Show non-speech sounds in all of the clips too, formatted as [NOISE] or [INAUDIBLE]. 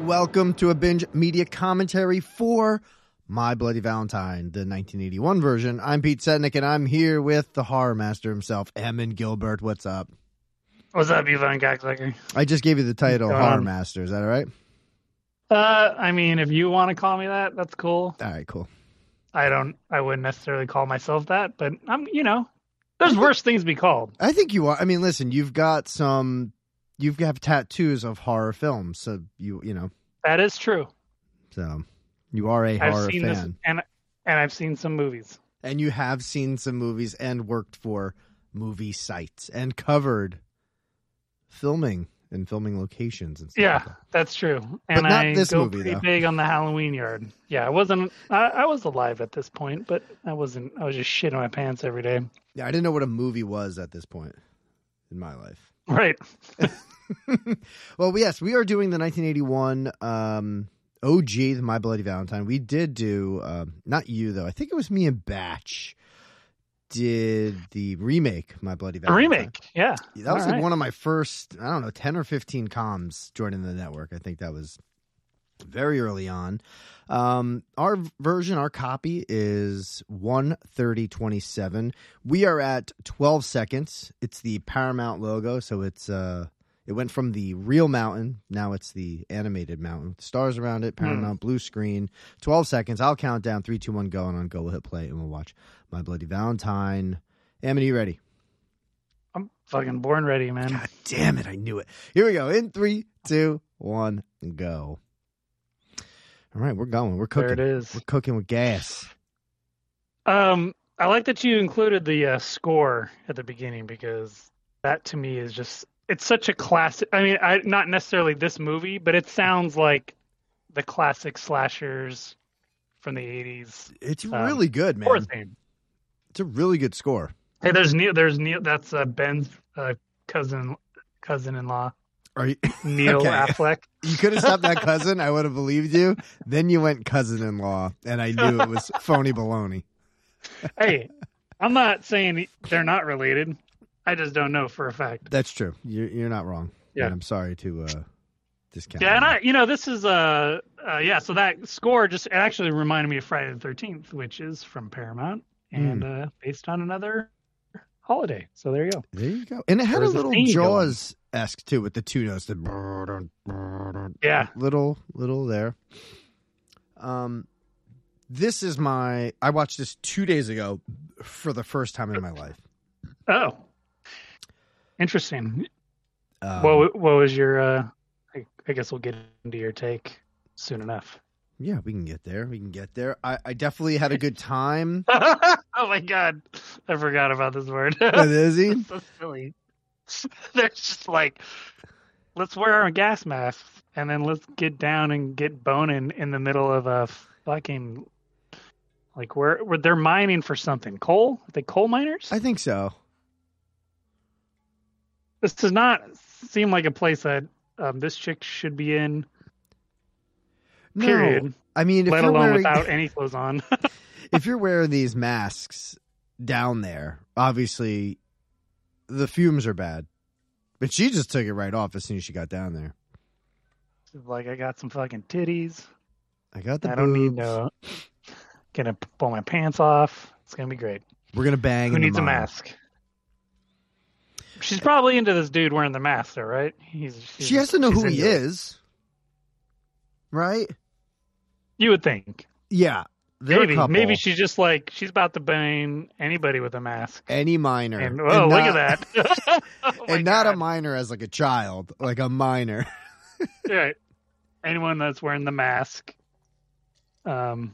welcome to a binge media commentary for My Bloody Valentine, the 1981 version. I'm Pete Setnick, and I'm here with the horror master himself, Emin Gilbert. What's up? What's up, you fucking cocksucker? I just gave you the title, Go Horror on. Master. Is that all right? Uh, I mean, if you want to call me that, that's cool. All right, cool. I don't, I wouldn't necessarily call myself that, but I'm, you know, there's worse things to be called. I think you are. I mean, listen, you've got some, you have tattoos of horror films, so you, you know, That is true. so you are a I've horror seen fan. this, and and I've seen some movies. and you have seen some movies and worked for movie sites and covered filming and filming locations and stuff. Yeah, like that. that's true. And not I this go movie, pretty though. big on the Halloween yard. Yeah, I wasn't. I, I was alive at this point, but I wasn't. I was just shitting my pants every day. yeah, I didn't know what a movie was at this point in my life. Right. well, yes, we are doing the 1981 um, OG, the My Bloody Valentine. We did do, um not you though. I think it was me and Batch did the remake, My Bloody A Valentine. remake. Yeah. That was All like right. one of my first, I don't know, 10 or 15 comms joining the network. I think that was very early on. Um, our v- version, our copy is 13027. We are at 12 seconds. It's the Paramount logo. So it's, uh, it went from the real mountain. Now it's the animated mountain. with Stars around Hmm. it, Paramount blue screen. 12 seconds. I'll count down. Three, two, one, go. And on go, we'll hit play and we'll watch My Bloody Valentine. Amity, you ready? I'm fucking born ready, man. God damn it, I knew it. Here we go. In three, two, one, go. All right, we're going. We're there it cooking. is. We're cooking with gas. Um, I like that you included the uh, score at the beginning because that to me is just it's such a classic. I mean, I not necessarily this movie, but it sounds like the classic slashers from the 80s. It's Um, really good, man. Horror theme. It's a really good score. Hey, there's Neil there's Neil that's uh, Ben's uh, cousin cousin-in-law, Are you, Neil Okay. Affleck. [LAUGHS] you could have stopped [LAUGHS] that cousin. I would have believed you. Then you went cousin-in-law, and I knew it [LAUGHS] was phony baloney. Hey, I'm not saying they're not related. I just don't know for a fact. That's true. You're, you're not wrong. Yeah. And I'm sorry to uh, discount. Yeah, and that. I, you know, this is uh, uh yeah. So that score just it actually reminded me of Friday the Thirteenth, which is from Paramount and Hmm. uh, based on another holiday. So there you go. There you go. And it had There a was a little theme going. Jaws esque too with the two notes. [LAUGHS] The Yeah. little little there. Um, this is my. I watched this two days ago for the first time in my life. Oh, interesting. Um, What what what was your? uh I, I guess we'll get into your take soon enough. [LAUGHS] yeah, we can get there. We can get there. I, I definitely had a good time. oh my god, I forgot about this word. [LAUGHS] with Izzy. It's so silly. [LAUGHS] They're just like, let's wear our gas masks and then let's get down and get boning in the middle of a fucking like where where they're mining for something coal. Are they coal miners? I think so. this does not seem like a place that um, this chick should be in. No, Period. I mean, if let you're alone wearing, [LAUGHS] without any clothes on. [LAUGHS] if you're wearing these masks down there, obviously the fumes are bad. But she just took it right off as soon as she got down there. She's like I got some fucking titties. I got the I don't need boobs. no. Gonna pull my pants off. It's gonna be great. We're gonna bang. Who in the needs a mall. mask? She's probably into this dude wearing the mask, though, right? He's, She has to know she's who he into it. is, right? You would think. Yeah, they're a Maybe, couple. maybe she's just like she's about to bang anybody with a mask. any minor. And oh, look not- at [LAUGHS] that! [LAUGHS] Oh my and not a God. minor as like a child, like a minor. [LAUGHS] Right. anyone that's wearing the mask. Um,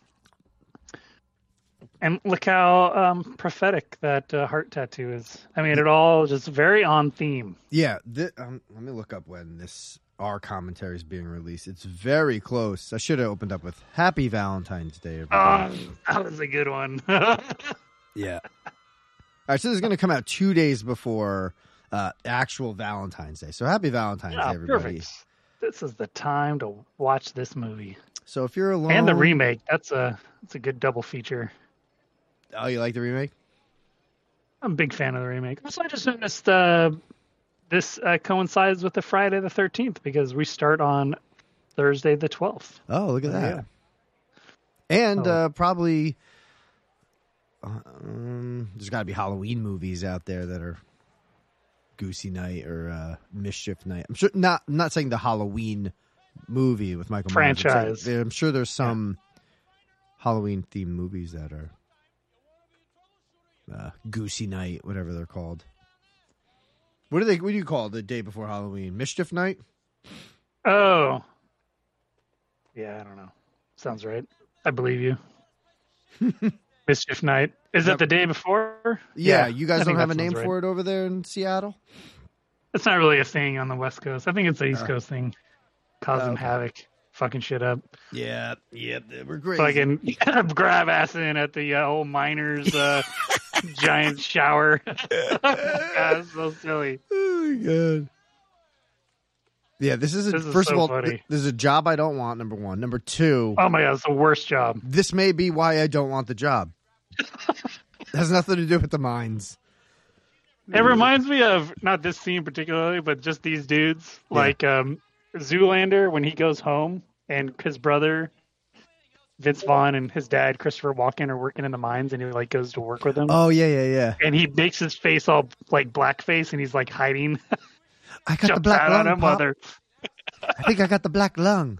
and look how um, prophetic that uh, heart tattoo is. I mean, it all just very on theme. Yeah, thi- um, let me look up when this our commentary is being released. It's very close. I should have opened up with Happy Valentine's Day. Oh, everybody. [LAUGHS] that was a good one. [LAUGHS] yeah. All right, so this is going to come out two days before uh, actual Valentine's Day. So Happy Valentine's Day, everybody. Ah, perfect. This is the time to watch this movie So if you're alone, and the remake. That's a that's a good double feature. Oh, you like the remake? I'm a big fan of the remake. Also, I just noticed uh, this uh, coincides with the Friday the 13th because we start on Thursday the 12th. Oh, look at There you that. And Oh. uh, probably um, there's got to be Halloween movies out there that are Goosey Night or uh, Mischief Night. I'm sure not I'm not saying the Halloween movie with Michael Myers. I'm saying- Franchise. I'm sure there's some Halloween themed movies that are uh, Goosey Night, whatever they're called. What do they? What do you call the day before Halloween? Mischief Night. Oh. Yeah, I don't know. Sounds right. I believe you. [LAUGHS] Mischief Night. Is Yep. that the day before? Yeah, you I guys think don't have a that name sounds for it over there in Seattle. It's not really a thing on the West Coast. I think it's the East Uh. Coast thing, causing Oh, okay. havoc, fucking shit up. Yeah, yeah, we're great. Fucking [LAUGHS] grab ass in at the uh, old miners' uh, [LAUGHS] giant shower. [LAUGHS] That's so silly. Oh my god. Yeah, this is a, This is first so of all, funny. th- this is a job I don't want. Number one, number two, Oh my god, it's the worst job. this may be why I don't want the [LAUGHS] job. it has nothing to do with the mines. It reminds me of not this scene particularly, but just these dudes Yeah. like um, Zoolander when he goes home and his brother Vince Vaughn and his dad Christopher Walken are working in the mines, and he like goes to work with them, Oh yeah, yeah, yeah. and he makes his face all like blackface, and he's like [LAUGHS] hiding, I got the jumps black out on lung. him Pop. while they're I think I got the black lung.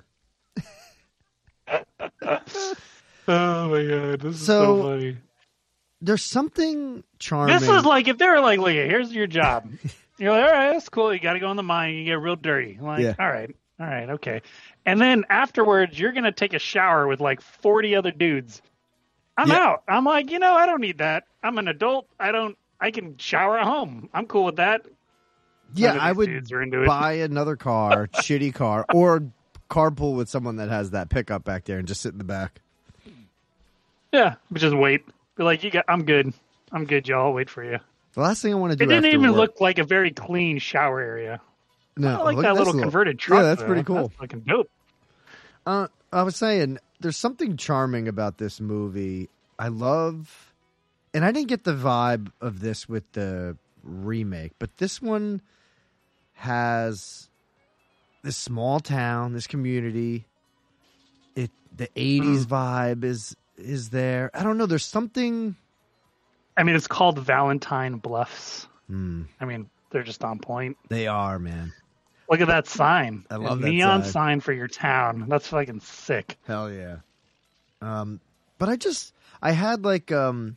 Oh my god, this is So so funny. There's something charming. This is like if they're like, "Look, here's [LAUGHS] your job." You're like, "All right, that's cool. You got to go in the mine. You get real dirty." I'm like, Yeah. "All right, all right, okay." And then afterwards, you're gonna take a shower with like 40 other dudes. I'm Yeah. out. I'm like, you know, I don't need that. I'm an adult. I don't. I can shower at home. I'm cool with that. yeah, None of I these would Dudes are into it. buy another [LAUGHS] car, shitty car, or carpool with someone that has that pickup back there and just sit in the back. Yeah, but just wait. Be like, you got. I'm good. I'm good, y'all. I'll wait for you. The last thing I want to do. It didn't after even work- look like a very clean shower area. No, I like look at that this little converted truck. Yeah, that's though. pretty cool. That's fucking dope. Uh, I was saying, there's something charming about this movie. I love, and I didn't get the vibe of this with the remake, but this one has this small town, this community. It the '80s Hmm. vibe is is there. I don't know. There's something. I mean, it's called Valentine Bluffs. Hmm, I mean, they're just on point. they are man. Look at that sign. I love A that neon sign. for your town. That's fucking sick. Hell yeah. Um, but I just I had like um,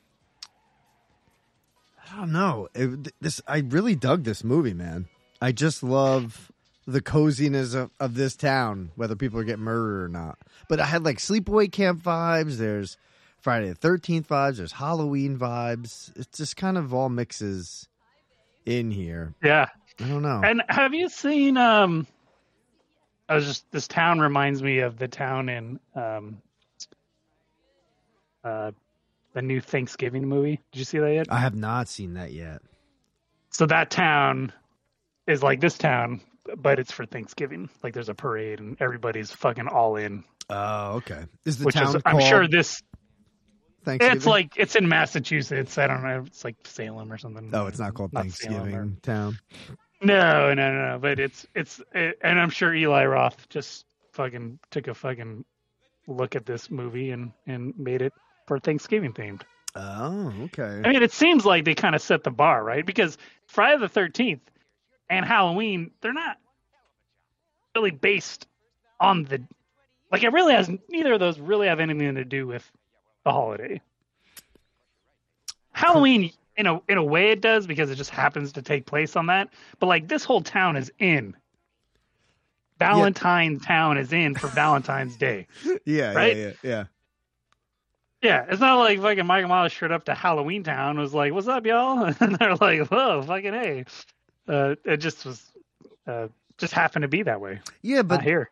I don't know it, th- this. I really dug this movie, man. I just love the coziness of, of this town, whether people are getting murdered or not. But I had like sleepaway camp vibes. There's Friday the Thirteenth vibes. There's Halloween vibes. It's just kind of all mixes in here. Yeah. I don't know. And have you seen? Um, I was just this town reminds me of the town in um, uh, the new Thanksgiving movie. Did you see that yet? I have not seen that yet. so that town is like this town, but it's for Thanksgiving. Like there's a parade and everybody's fucking all in. Oh, okay. Is the Which town called is, I'm sure this Thanksgiving? It's like it's in Massachusetts. I don't know. It's like Salem or something. Oh, it's not called Not Salem, Thanksgiving or- Town. No, no, no, no. But it's it's it, and I'm sure Eli Roth just fucking took a fucking look at this movie and and made it for Thanksgiving themed. Oh, okay. I mean, it seems like they kind of set the bar, right? Because Friday the 13th and Halloween, they're not really based on the like it really has neither of those really have anything to do with the holiday. Halloween in a in a way it does because it just happens to take place on that, but like this whole town is in Valentine town is in for Valentine's Day. Yeah, Eh, right? yeah, yeah, yeah. Yeah, it's not like fucking Michael Myers showed up to Halloween Town and was like, "What's up, y'all?" [LAUGHS] and they're like, "Whoa, fucking hey!" Uh, it just was, uh, just happened to be that way. Yeah, But but here,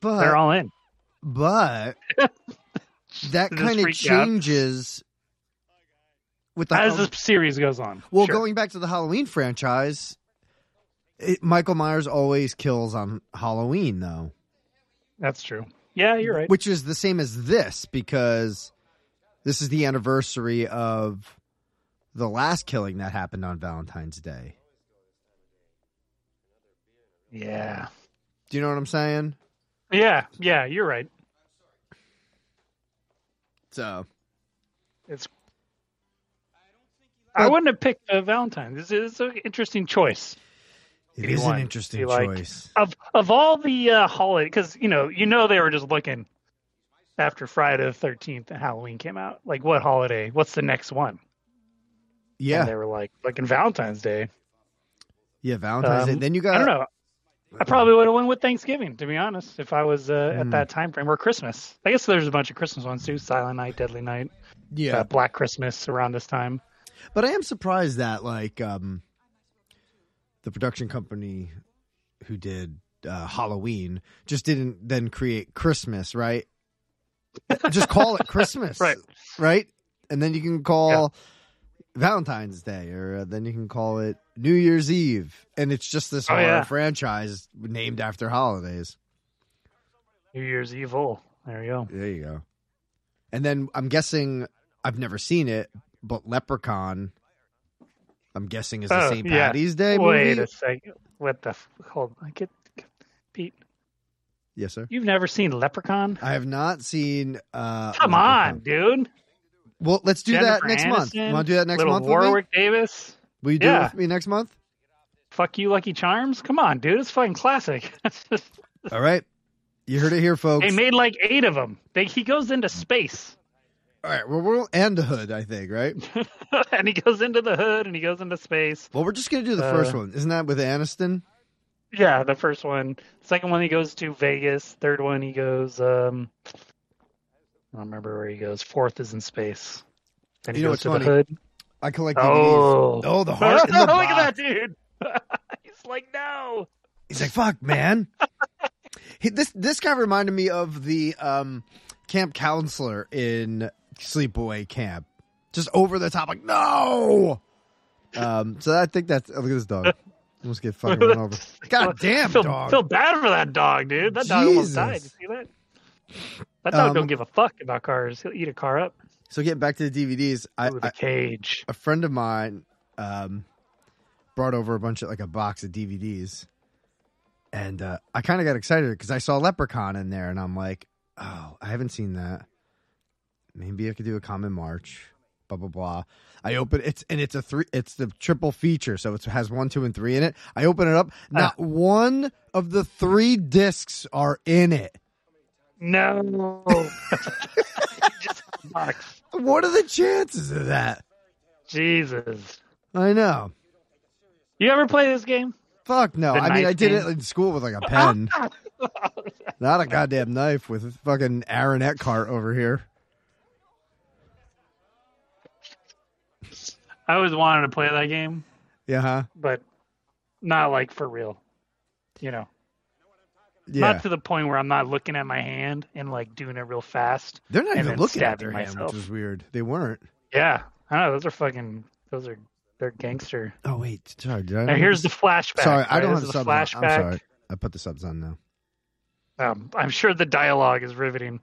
but they're all in. [LAUGHS] but that Just kind of freaked out. changes with the As the series goes on, well. sure. Going back to the Halloween franchise, it, Michael Myers always kills on Halloween, though, that's true. Yeah, you're right. which is the same as this because this is the anniversary of the last killing that happened on Valentine's Day. Yeah, Do you know what I'm saying? Yeah, yeah, you're right. So It's. I Well- wouldn't have picked uh, Valentine. This is an interesting choice. it is an 81, interesting be like- choice. of of all the uh, holiday because you know you know they were just looking after Friday the Thirteenth and Halloween came out. Like what holiday? What's the next one? Yeah, and they were like like in Valentine's Day. yeah. Valentine's Day. Um, Then you got I don't know. I probably would have went with Thanksgiving to be honest if I was uh, Hmm. at that time frame or Christmas. I guess there's a bunch of Christmas ones too: Silent Night, Deadly Night, yeah. uh, Black Christmas around this time. But I am surprised that like um the production company who did uh, Halloween just didn't then create Christmas, [LAUGHS] right? just call it Christmas, Right. Right, and then you can call Valentine's Day, or uh, then you can call it New Year's Eve, and it's just this Oh, horror yeah. franchise named after holidays. New Year's Evil. There you go. There you go. And then I'm guessing I've never seen it, but Leprechaun. I'm guessing is the Oh, St. yeah. Patty's Day Wait movie. a second. What the? F- hold on. Get, get, Pete, Yes, sir. you've never seen Leprechaun? I have not seen. Uh, Come Leprechaun. on, dude. Well, let's do that Jennifer next month. You Aniston, want to do that next Little month? with me? Warwick Davis. Will you do it Yeah. with me next month? Fuck you, Lucky Charms. Come on, dude. It's fucking classic. [LAUGHS] All right. You heard it here, folks. they made like eight of them. They, he goes into space, All right. Well, we'll and the hood, I think, right? [LAUGHS] and he goes into the hood, and he goes into space. Well, we're just gonna do the Uh, first one, isn't that with Aniston? Yeah, the first one. Second one, he goes to Vegas. Third one, he goes. um I don't remember where he goes. Fourth is in space. Then he You know goes to what's the hood. [LAUGHS] I collect DVDs. Oh, Oh, the heart in the [LAUGHS] look box. at that dude. [LAUGHS] He's like, no. He's like, "Fuck, man." he, this this guy reminded me of the um, camp counselor in Sleepaway Camp, just over the top, like, "No." Um, so I think that's oh, look at this dog. Almost get fucking run [LAUGHS] over. God damn, I feel, dog. Feel bad for that dog, dude. That dog Jesus. almost died. You see that? That dog Um, don't give a fuck about cars. He'll eat a car up So getting back to the DVDs, I, with I [LAUGHS] a cage. a friend of mine um, brought over a bunch of like a box of DVDs, and uh, I kind of got excited because I saw Leprechaun in there, and I'm like, oh, I haven't seen that. Maybe I could do a common march. Blah blah blah. I open it's and it's a three. It's the triple feature, so it has one, two, and three in it. I open it up. Not one of the three discs are in it. No. [LAUGHS] Just a box. What are the chances of that? Jesus. I know. You ever play this game? Fuck no. The I mean, I knife did it game? in school with like [LAUGHS] a pen. Not a goddamn knife with fucking Aaron Eckhart over here. I always wanted to play that game, Yeah, huh? but not like for real. You know, Yeah. not to the point where I'm not looking at my hand and like doing it real fast. They're not and even then looking at their stabbing hand, myself. which is weird. They weren't. Yeah. I know. Those are fucking, those are, they're gangster. Oh wait, sorry. Did I? Now here's the flashback. Um, Sorry, I right? don't This have is subs. the On. I'm flashback. sorry. I put the subs on now. Um, I'm sure the dialogue is [LAUGHS] riveting,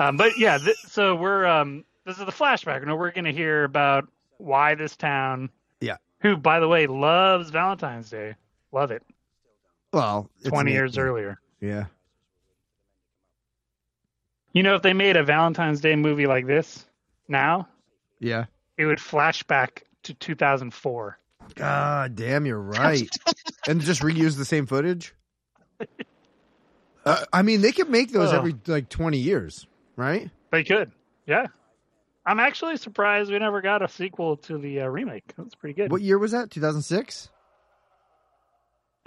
um, but yeah. Th- so we're um, this is the flashback, and we're going to hear about why this town. Yeah. Who, by the way, loves Valentine's Day. Love it. Well, it's Twenty an- years earlier. Yeah. You know, if they made a Valentine's Day movie like this now, Yeah. it would flashback to 2004. God damn, you're [LAUGHS] right. and just reuse the same footage. Uh, I mean, they could make those Ugh. every like 20 years, right? They could. Yeah. I'm actually surprised we never got a sequel to the uh, remake. That's pretty good. What year was that? 2006.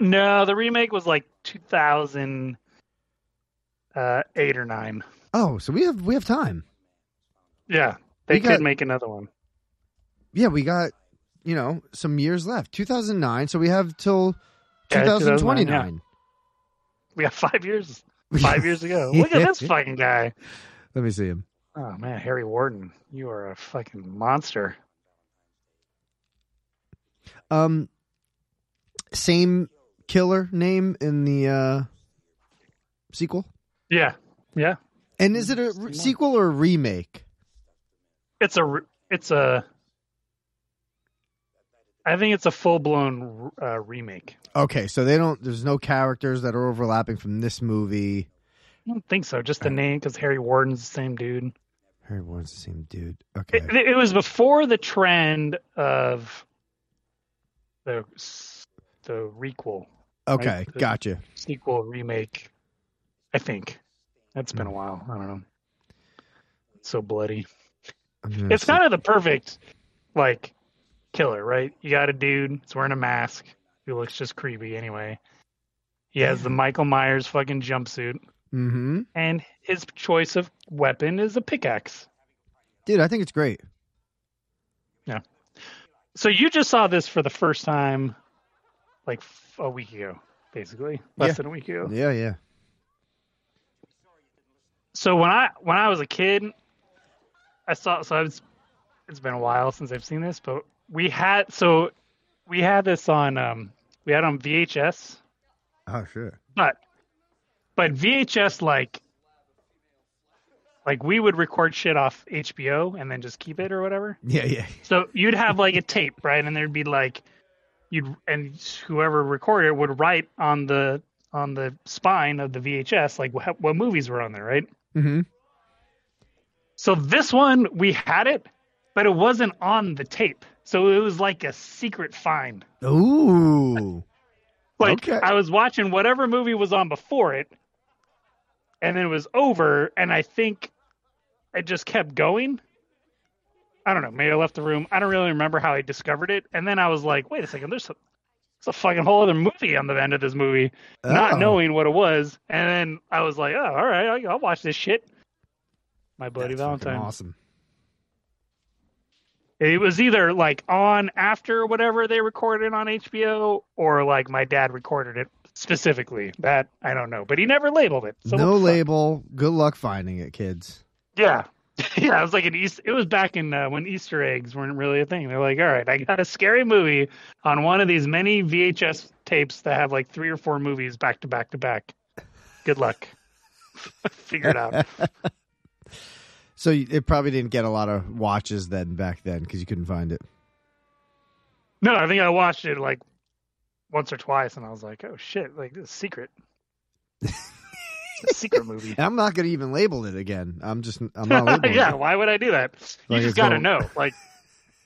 No, the remake was like 2008 or 9. Oh, so we have we have time. Yeah. They We could got- make another one. yeah, we got you know some years left. 2009, so we have till Yeah, [LAUGHS] 2029. We got [LAUGHS] five years, five years ago. Look at this fucking guy. Let me see him. Oh, man. Harry Warden, you are a fucking monster. Um, same killer name in the uh sequel. Yeah. Yeah. And is it a re- sequel or a remake? It's a, re- it's a, I think it's a full blown uh, remake. Okay, so they don't. There's no characters that are overlapping from this movie. I don't think so. Just the name, because Harry Warden's the same dude. Harry Warren's the same dude. Okay. It, it was before the trend of the the requel, okay. right, the- Gotcha. sequel, remake. I think that's been a Hmm. while. I don't know. It's so bloody. I'm gonna It's see- kind of the perfect like killer, right? You got a dude. He's wearing a mask. He looks just creepy anyway. He has the Michael Myers fucking jumpsuit, Mhm. and his choice of weapon is a pickaxe. Dude, I think it's great. So you just saw this for the first time, like f- a week ago, basically less Yeah. than a week ago. Yeah, yeah. so when I when I was a kid, I saw so I was, it's been a while since I've seen this, but we had so we had this on um we had on VHS, Oh, sure. but but VHS like like we would record shit off HBO and then just keep it or whatever. Yeah, yeah. So you'd have like a tape, right? And there'd be like you'd and whoever recorded it would write on the on the spine of the VHS like what, what movies were on there, right? Mm-hmm. So this one we had it, but it wasn't on the tape. So it was like a secret find. Ooh. Like Okay. I was watching whatever movie was on before it, and then it was over, and I think it just kept going. I don't know. Maybe I left the room. I don't really remember how I discovered it. And then I was like, wait a second, there's, some, there's a fucking whole other movie on the end of this movie Oh. not knowing what it was. And then I was like, oh, all right, I'll, I'll watch this shit. My That's buddy fucking Valentine. Awesome. It was either like on after whatever they recorded on HBO, or like my dad recorded it specifically. That I don't know, but he never labeled it. So no what the fuck? label. Good luck finding it, kids. Yeah, [LAUGHS] yeah. It was like an East. It was back in uh, when Easter eggs weren't really a thing. They're like, all right, I got a scary movie on one of these many VHS tapes that have like three or four movies back to back to back. Good luck. [LAUGHS] Figure it out. So you- it probably didn't get a lot of watches then back then because you couldn't find it. No, I think I watched it like once or twice, and I was like, "Oh shit!" Like this is secret, It's a secret [LAUGHS] movie. And I'm not going to even label it again. I'm just I'm [LAUGHS] not labeling. yeah, it. why would I do that? Like, it's you just gotta all- know. Like,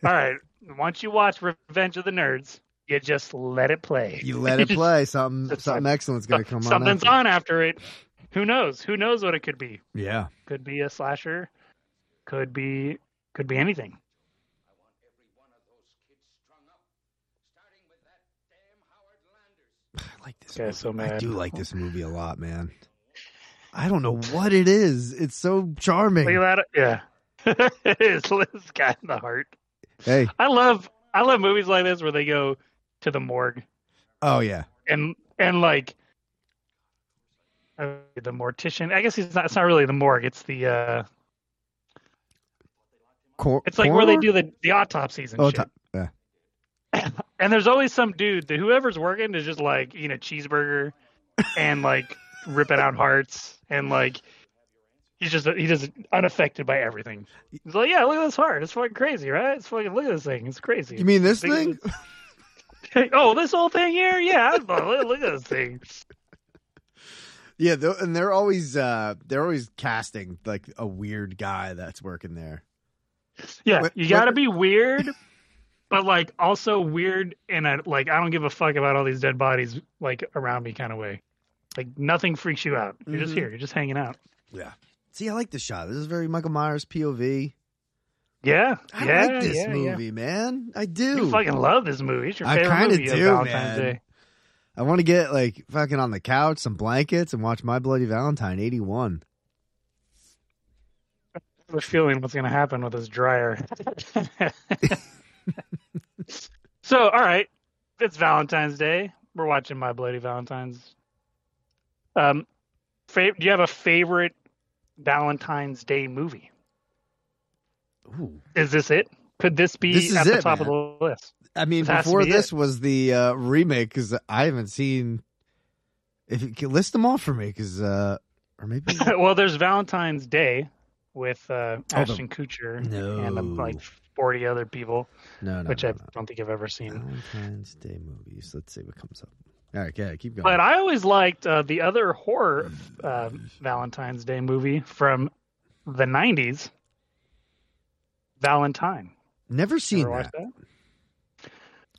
all right, once you watch Revenge of the Nerds, you just let it play. You let it play. Something [LAUGHS] It's something like- excellent's going to come Something's on. after. on after it. Who knows? Who knows what it could be? Yeah. Could be a slasher. Could be. Could be anything. I like this. Okay, movie. so I mad. do like this movie a lot, man. I don't know what it is. It's so charming. Look at that. Yeah. [LAUGHS] it's, it's got the heart. Hey. I love I love movies like this where they go to the morgue Oh yeah. and and like uh, the mortician. I guess he's not. It's not really the morgue. It's the uh, Cor- it's like where they coroner? do the the autopsies and Oh, shit. top- yeah. and there's always some dude that whoever's working is just like eating a cheeseburger and like ripping out hearts and like he's just he's just unaffected by everything. He's like, yeah, look at this heart. It's fucking crazy, right? It's fucking look at this thing. It's crazy. You mean this Think thing? [LAUGHS] oh, this whole thing here? Yeah, I- look, look at this thing. Yeah, tho- and they're always uh they're always casting like a weird guy that's working there. Yeah, What- you [LAUGHS] got to be weird, but like also weird in a like I don't give a fuck about all these dead bodies like around me kind of way. Like nothing freaks you out. You're just Mhm. here. You're just hanging out. Yeah. See, I like this shot. This is very Michael Myers POV. Yeah, I yeah, like this yeah, yeah. movie, man. I do. You fucking love this movie. It's your I favorite kinda movie of do, man. Valentine's Day. I want to get like fucking on the couch, some blankets, and watch My Bloody Valentine '81. I have a feeling what's going to happen with [LAUGHS] this dryer. so, all right, it's Valentine's Day. We're watching My Bloody Valentine's. Um, fa- do you have a favorite Valentine's Day movie? Ooh. Is this it? Could this be This is at the it, top man. of the list? [LAUGHS] I mean, This has to before be this was the uh, remake because I haven't seen. If you can list them all for me, because uh, or [LAUGHS] maybe well, there's Valentine's Day with uh, Oh, the- Ashton Kutcher and No. um, like 40 other people, no, no, which no, I no. don't think I've ever seen. Valentine's Day movies. Let's see what comes up. All right, okay, keep going. But I always liked uh, the other horror Mm. uh, Valentine's Day movie from the '90s, Valentine. Never seen Ever that. watched that?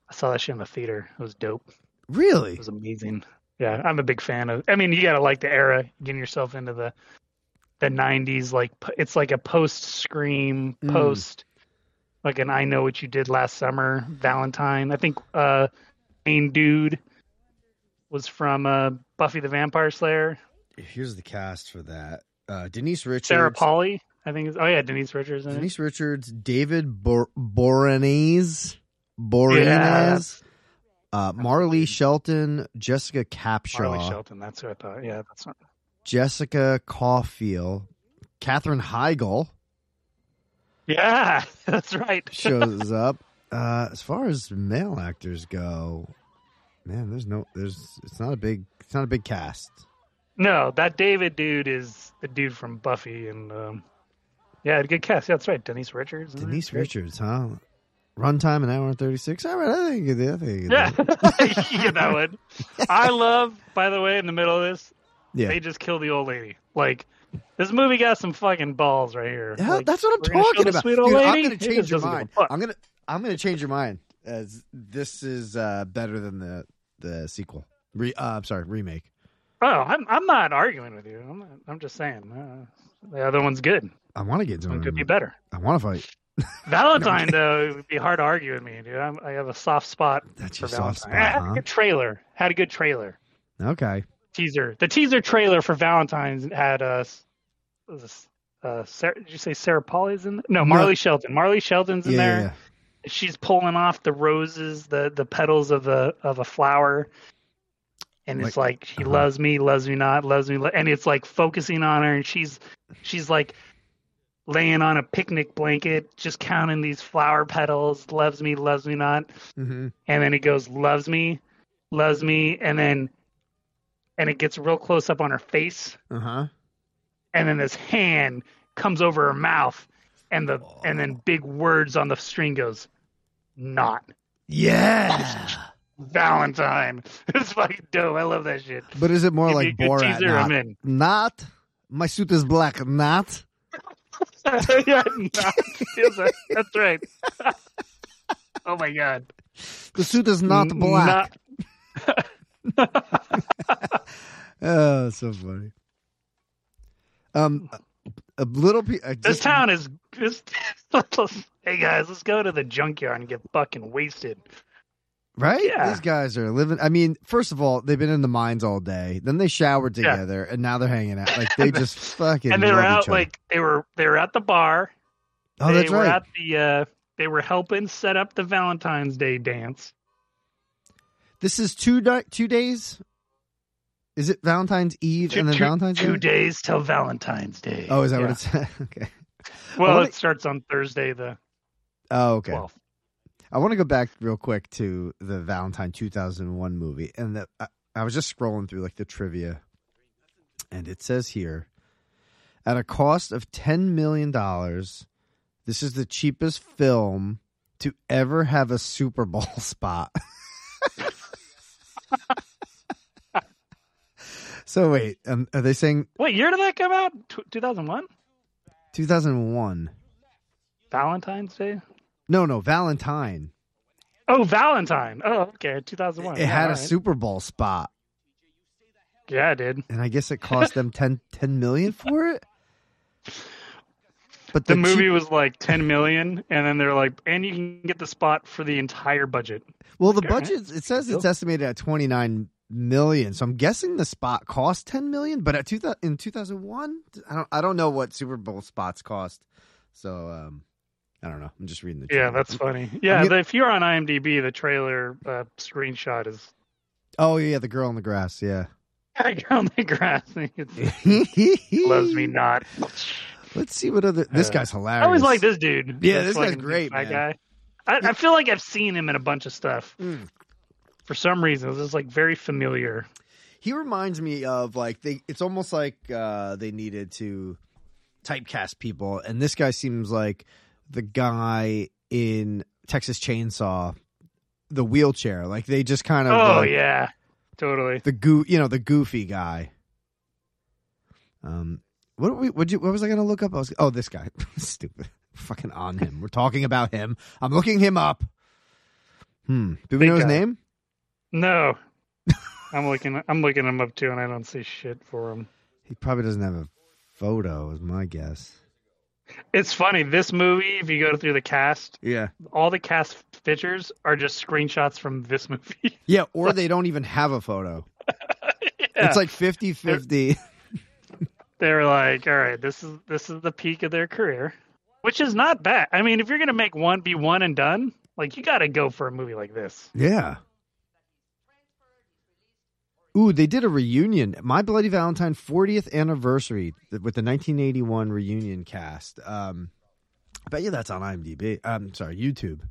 I saw that shit in the theater. It was dope. It Really? was amazing. Yeah, I'm a big fan of. I mean, you gotta like the era, getting yourself into the the '90s. Like p- it's like a post Scream, Mm. post like an I Know What You Did Last Summer, Valentine. I think uh, main dude was from uh, Buffy the Vampire Slayer. Here's the cast for that. Uh, Denise Richards. Sarah Pauly, I think. Is, oh yeah, Denise Richards. In it. Denise Richards, David Bor- Boranese, Boranese, Yes. uh, Marley Shelton, Jessica Capshaw, Marley Shelton. That's who I thought. Yeah, that's not, Jessica Caulfield, Catherine Heigl yeah, [LAUGHS] that's right. shows up. [LAUGHS] Uh, as far as male actors go, man, there's no, there's, it's not a big, it's not a big cast. No, that David dude is the dude from Buffy, and um, yeah, good cast. Yeah, that's right, Denise Richards. isn't it? Denise Great. Richards, huh? Runtime an hour and thirty six. All right, I think you did. I think you did. Yeah, [LAUGHS] you get that one. I love, by the way, in the middle of this, Yeah. they just kill the old lady. Like this movie got some fucking balls right here. Yeah, Like, that's what I'm we're gonna show talking the about. Sweet old Dude, lady. I'm gonna It change just your doesn't give a mind. fuck. I'm gonna I'm gonna change your mind. As this is uh, better than the the sequel. Re, uh, I'm sorry, remake. Oh, I'm I'm not arguing with you. I'm not, I'm just saying uh, the other one's good. I want to get One into could be it. better. I want to fight. [LAUGHS] Valentine though, it would be hard to argue with me, dude. I'm, I have a soft spot That's for your soft Valentine. I had spot, a good trailer. Had a good trailer. [LAUGHS] huh? Okay. teaser. The teaser trailer for Valentine's had uh, s- was this, uh Sarah, did you say Sarah Pauly's in? There? No, Marley Shelton. Marley Shelton's Yeah, in there. yeah, yeah. She's pulling off the roses, the the petals of a of a flower, and it's like she uh-huh. loves me, loves me not, loves me, lo- and it's like focusing on her, and she's she's like laying on a picnic blanket, just counting these flower petals, loves me, loves me not, Mm-hmm. and then it goes loves me loves me and then and it gets real close up on her face Uh huh. and then this hand comes over her mouth and the and then big words on the string goes not Yeah. valentine [LAUGHS] it's fucking dope i love that shit But is it more Give me like a good Borat? teaser, Not, I'm in. [LAUGHS] not my suit is black. Not yeah, not, feels like- that's right [LAUGHS] oh my god the suit is not N- black. not- Oh, that's so funny. Um, a, a little. Pe- I this just- town is this, [LAUGHS] hey guys let's go to the junkyard and get fucking wasted Right? Yeah. These guys are living. I mean, first of all, they've been in the mines all day. Then they showered Yeah. together, and now they're hanging out. [LAUGHS] Like they just fucking. and they were love out each other. like they were they were at the bar. oh, they that's were right. at the uh they were helping set up the Valentine's Day dance. This is two di- two days. Is it Valentine's Eve Two- and then two- Valentine's Two Day? days till Valentine's Day. Oh, is that what Yeah. it's? [LAUGHS] okay. I Well, wanna- it starts on Thursday the Oh, okay. 12th. I want to go back real quick to the Valentine 2001 movie, and the, I, I was just scrolling through like the trivia, and it says here, at a cost of ten million dollars, this is the cheapest film to ever have a Super Bowl [LAUGHS] spot. so wait, um, are they saying What year did that come out? Two thousand one. 2001? Valentine's Day. No, no, Valentine. Oh, Valentine. Oh, okay, two thousand one. It had a Super Bowl spot. Yeah, it did. and I guess it cost them 10, 10 million for it. But The cheap- movie was like ten million, and then they're like, and you can get the spot for the entire budget. well, the Okay, all right. budget it says it's estimated at twenty nine million. So I'm guessing the spot cost ten million. But at two thousand in two thousand one, I don't I don't know what Super Bowl spots cost. So um, I don't know. I'm just reading the. Yeah, trailer. that's funny. Yeah, get- the, if you're on IMDb, the trailer uh, screenshot is Oh yeah, the girl in the grass. Yeah, on the grass. It's, loves loves me not. [LAUGHS] Let's see what other. This Uh, guy's hilarious. I always like this dude. Yeah, this guy's fucking great, fat man. guy. I, I feel like I've seen him in a bunch of stuff Mm. for some reason. This is like very familiar. he reminds me of like they it's almost like uh they needed to typecast people and this guy seems like the guy in texas chainsaw the wheelchair like they just kind of oh like, yeah, totally. the goo you know the goofy guy um what we what you what was i gonna look up i was oh this guy [LAUGHS] stupid fucking on him we're talking about him i'm looking him up hmm do we Big know his guy. name No, I'm looking. I'm looking him up too, and I don't see shit for him. he probably doesn't have a photo is my guess It's funny. This movie, if you go through the cast, yeah all the cast pictures are just screenshots from this movie. [LAUGHS] yeah or they don't even have a photo it's like 50 50 they were like, "All right, this is this is the peak of their career," which is not bad. I mean, if you're gonna make one be one and done, like you got to go for a movie like this. [LAUGHS] yeah Ooh, they did a reunion. My Bloody Valentine 40th anniversary th- with the 1981 reunion cast. Um, I bet you that's on IMDb. I'm Um, sorry, YouTube.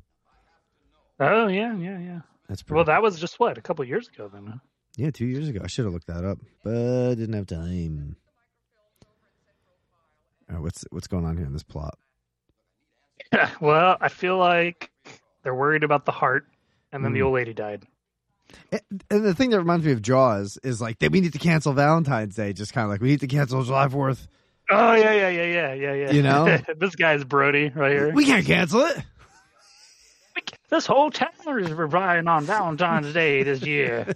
Oh yeah, yeah, yeah. That's pretty. Well, that was just what a couple years ago then. huh? yeah, two years ago. I should have looked that up, but I didn't have time. All right, what's what's going on here in this plot? Yeah, [LAUGHS] well, I feel like they're worried about the heart, and then the Hmm. old lady died. And and the thing that reminds me of Jaws is like that we need to cancel Valentine's Day. Just kind of like we need to cancel July Fourth. Oh yeah, yeah, yeah, yeah, yeah, yeah. You know? [LAUGHS] this guy's Brody right here. We can't cancel it. [LAUGHS] This whole town is relying on Valentine's Day this [LAUGHS] year.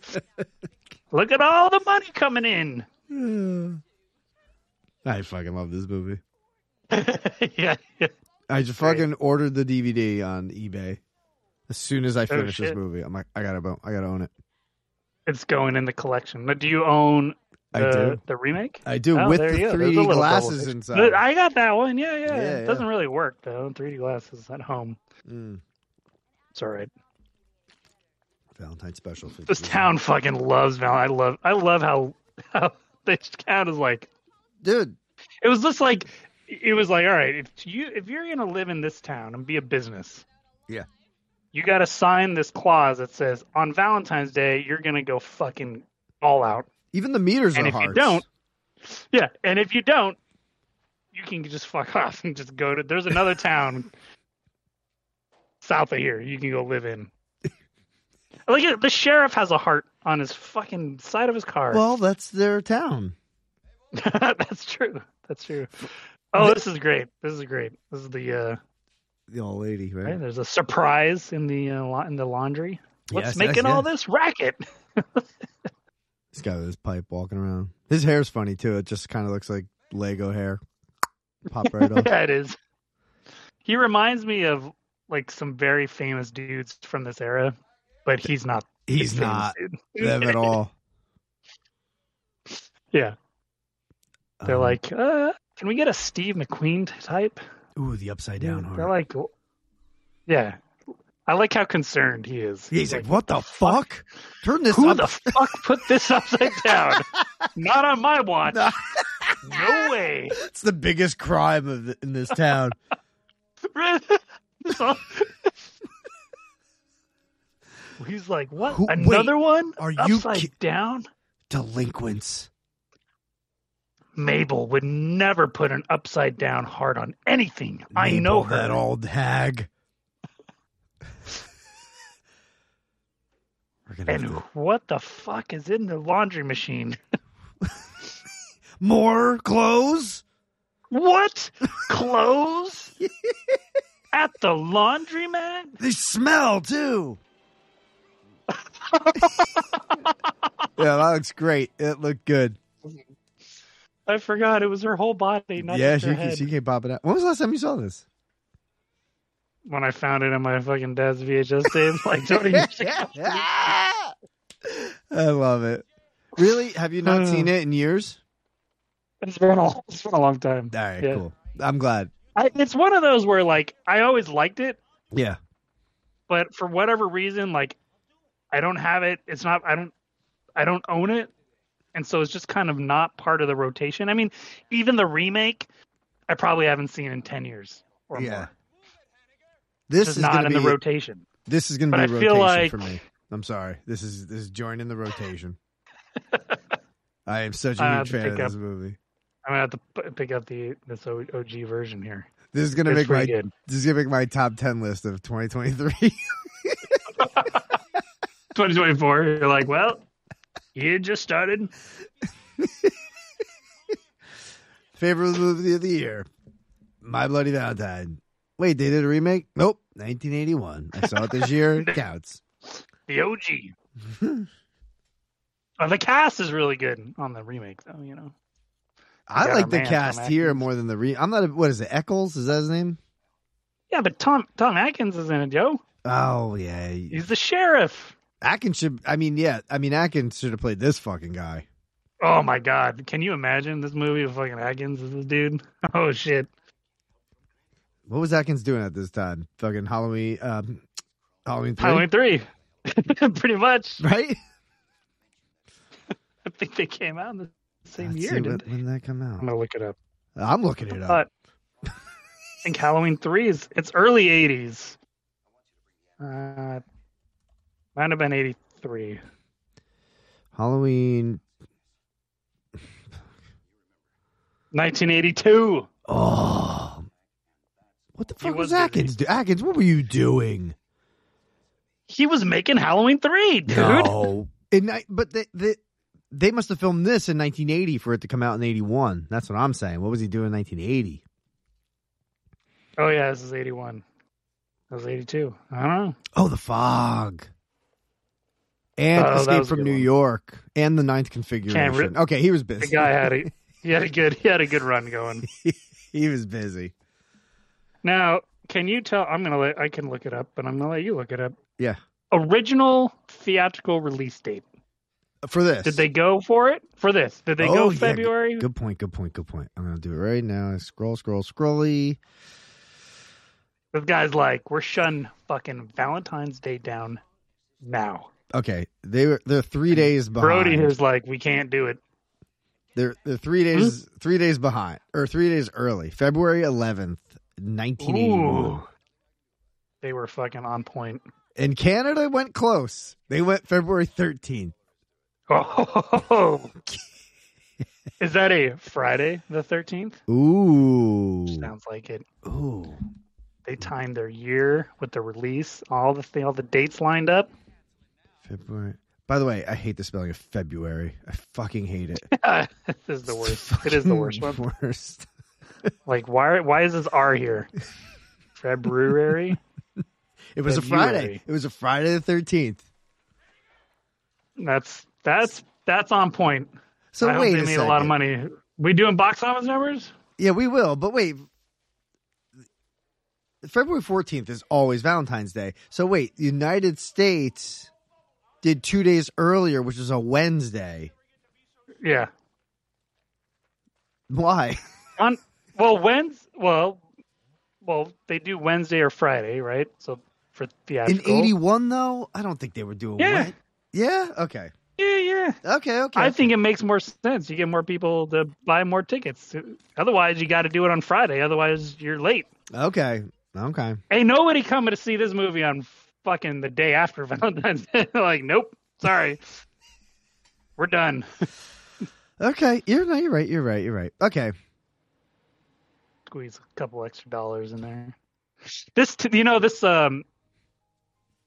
Look at all the money coming in. [SIGHS] [LAUGHS] I fucking love this movie. yeah, yeah. I just Great. fucking ordered the DVD on eBay. As soon as I finish this Oh, shit. movie, I'm like, I gotta, bo- I gotta own it. it's going in the collection. Now, do you own I the, do. the remake? I do Oh, with there the you go. There's a 3D little double glasses picture. inside. I got that one. Yeah, yeah. Yeah, it yeah. doesn't really work though. 3D glasses at home. Mm. It's all right. Valentine special. for This you. town fucking loves Val. I love. I love how how [LAUGHS] this town is like. dude. It was just like. It was like all right. If you if you're gonna live in this town and be a business. Yeah. You got to sign this clause that says on Valentine's Day you're gonna go fucking all out. Even the meters And are if you hard. don't- Yeah, and if you don't, you can just fuck [LAUGHS] off and just go to. There's another town south of here you can go live in. Like yeah, the sheriff has a heart on his fucking side of his car. [LAUGHS] Well, that's their town. that's true. That's true. Oh, this is great. This is great. This is the uh, The old lady, right? right? There's a surprise in the uh, la- in the laundry. What's Yes, making yes, all yes. this racket? [LAUGHS] This guy with his pipe walking around. His hair's funny too. It just kind of looks like Lego hair. Pop right [LAUGHS] off. yeah, it is. He reminds me of like some very famous dudes from this era, but he's not. He's the not famous dude. them at all. [LAUGHS] Yeah, [LAUGHS] they're Um, like, uh, can we get a Steve McQueen type? ooh, the upside down heart. They're like, yeah. I like how concerned he is. He's like, what the fuck? Turn this Who up. the fuck put [LAUGHS] this upside down? Not on my watch. No. No, way. [LAUGHS] [LAUGHS] It's the biggest crime of the, in this town. He's like, what? Who- wait, Another one? are you upside ki- down? Delinquents. Mabel would never put an upside down heart on anything. I Mabel, know her. that old [LAUGHS] hag. We're gonna have And to- what the fuck is in the laundry machine? more clothes. [LAUGHS] What? Clothes? At the laundromat? They smell [LAUGHS] too. [LAUGHS] yeah, that looks great. It looked good. I forgot it was her whole body, not yeah, just her she head. she came popping out. When was the last time you saw [LAUGHS] this? When I found it in my fucking dad's VHS tape, like 20 [LAUGHS] years ago. I love it. Really? Have you not Uh. seen it in years? [LAUGHS] It's been a it's been a long time. All right, Yeah. cool. I'm glad. I, it's one of those where like I always liked it, Yeah. but for whatever reason, like I don't have it. It's not. I don't. I don't own it, and so it's just kind of not part of the rotation. I mean, even the remake, I probably haven't seen in ten years or Yeah. more. This It's just is not gonna in the be- rotation. This is going to But be I a feel rotation like- for me. I'm sorry. This is this is joining the [LAUGHS] rotation. I am such I a have huge to fan of pick this up- movie. I'm gonna have to p- pick up the this O- OG version here. This is going to It's make my pretty good. this is going to make my top 10 list of 2023. 2024. You're like, well, It just started. Favorite movie of the year, My Bloody Valentine. Wait, they did a remake? Nope, 1981. I saw it this [LAUGHS] year. It counts. The OG. [LAUGHS] Uh, the cast is really good on the remake, though. You know, I got like our the man, cast Tom here Atkins. more than the re. I'm not. A, what is it? Eccles? Is that his name? yeah, but Tom Tom Atkins is in it, yo. Oh yeah, He's the sheriff. Atkins should. I mean, yeah. I mean, Atkins should have played this fucking guy. Oh my god, can you imagine this movie with fucking Atkins as this dude? [LAUGHS] Oh shit. What was Atkins doing at this time? Fucking Halloween. Um, Halloween. 3? Halloween three. [LAUGHS] Pretty [LAUGHS] much. Right. I think they came out in the same Let's year, see, when, didn't they? when did that come I'm out? gonna look it up. I'm looking it up. But I think Halloween three is it's early eighties. Uh, might have been eighty three. Halloween. 1982. Oh. What the He fuck was was busy. Atkins? Do- Atkins, what were you doing? He was making Halloween 3, dude. No. In, ni- but they, they, they must have filmed this in 1980 for it to come out in 81. That's what I'm saying. What was he doing in 1980? Oh, yeah, this is 81. That was 82. I don't know. Oh, The Fog. And Oh, that Escape was a from good New one. York. And The Ninth Configuration. re- okay, he was The busy. guy had a he had a good he had a good run going. he was busy. Now, can you tell I'm going to let I can look it up, but I'm going to let you look it up. Yeah. Original theatrical release date. For this. Did they go for it for this? Did they Oh, go yeah, February? Good point, good point, good point. I'm going to do it right now. I scroll, scroll, scrolly. This guy's like, we're shun fucking Valentine's Day down now. Okay, they were they're three days behind. Brody is like, we can't do it. They're they're three days Hmm? three days behind or three days early. February eleventh, nineteen eighty one. Ooh. They were fucking on point. And Canada went close. They went February thirteenth. [LAUGHS] Oh. Is that a Friday the 13th? Ooh. Sounds like it. Ooh. They timed their year with the release, all the thing, all the dates lined up. February. By the way, I hate the spelling of February. I fucking hate it. Uh, this is the worst. [LAUGHS] It is the worst one. Worst. Like why why is this R here? [LAUGHS] February? It was a Friday. February. It was a Friday the thirteenth. That's that's that's on point. So I hope wait they a made second. a lot of money. We doing box office numbers? Yeah, we will. But wait, February fourteenth is always Valentine's Day. So wait, the United States did two days earlier, which is a Wednesday. Yeah. Why? On well Wednesday well well they do Wednesday or Friday, right? So for In theatrical. eighty one though, I don't think they were doing. Yeah. Wed- Yeah. Okay. Yeah, yeah. Okay. Okay. I think it makes more sense. You get more people to buy more tickets. Otherwise, you got to do it on Friday. Otherwise, you're late. Okay. Okay. Ain't nobody coming to see this movie on fucking the day after [LAUGHS] Valentine's Day. like, nope, sorry, we're done. Okay. You're no. You're right. You're right. You're right. Okay. Squeeze a couple extra dollars in there. This, t- you know, this um,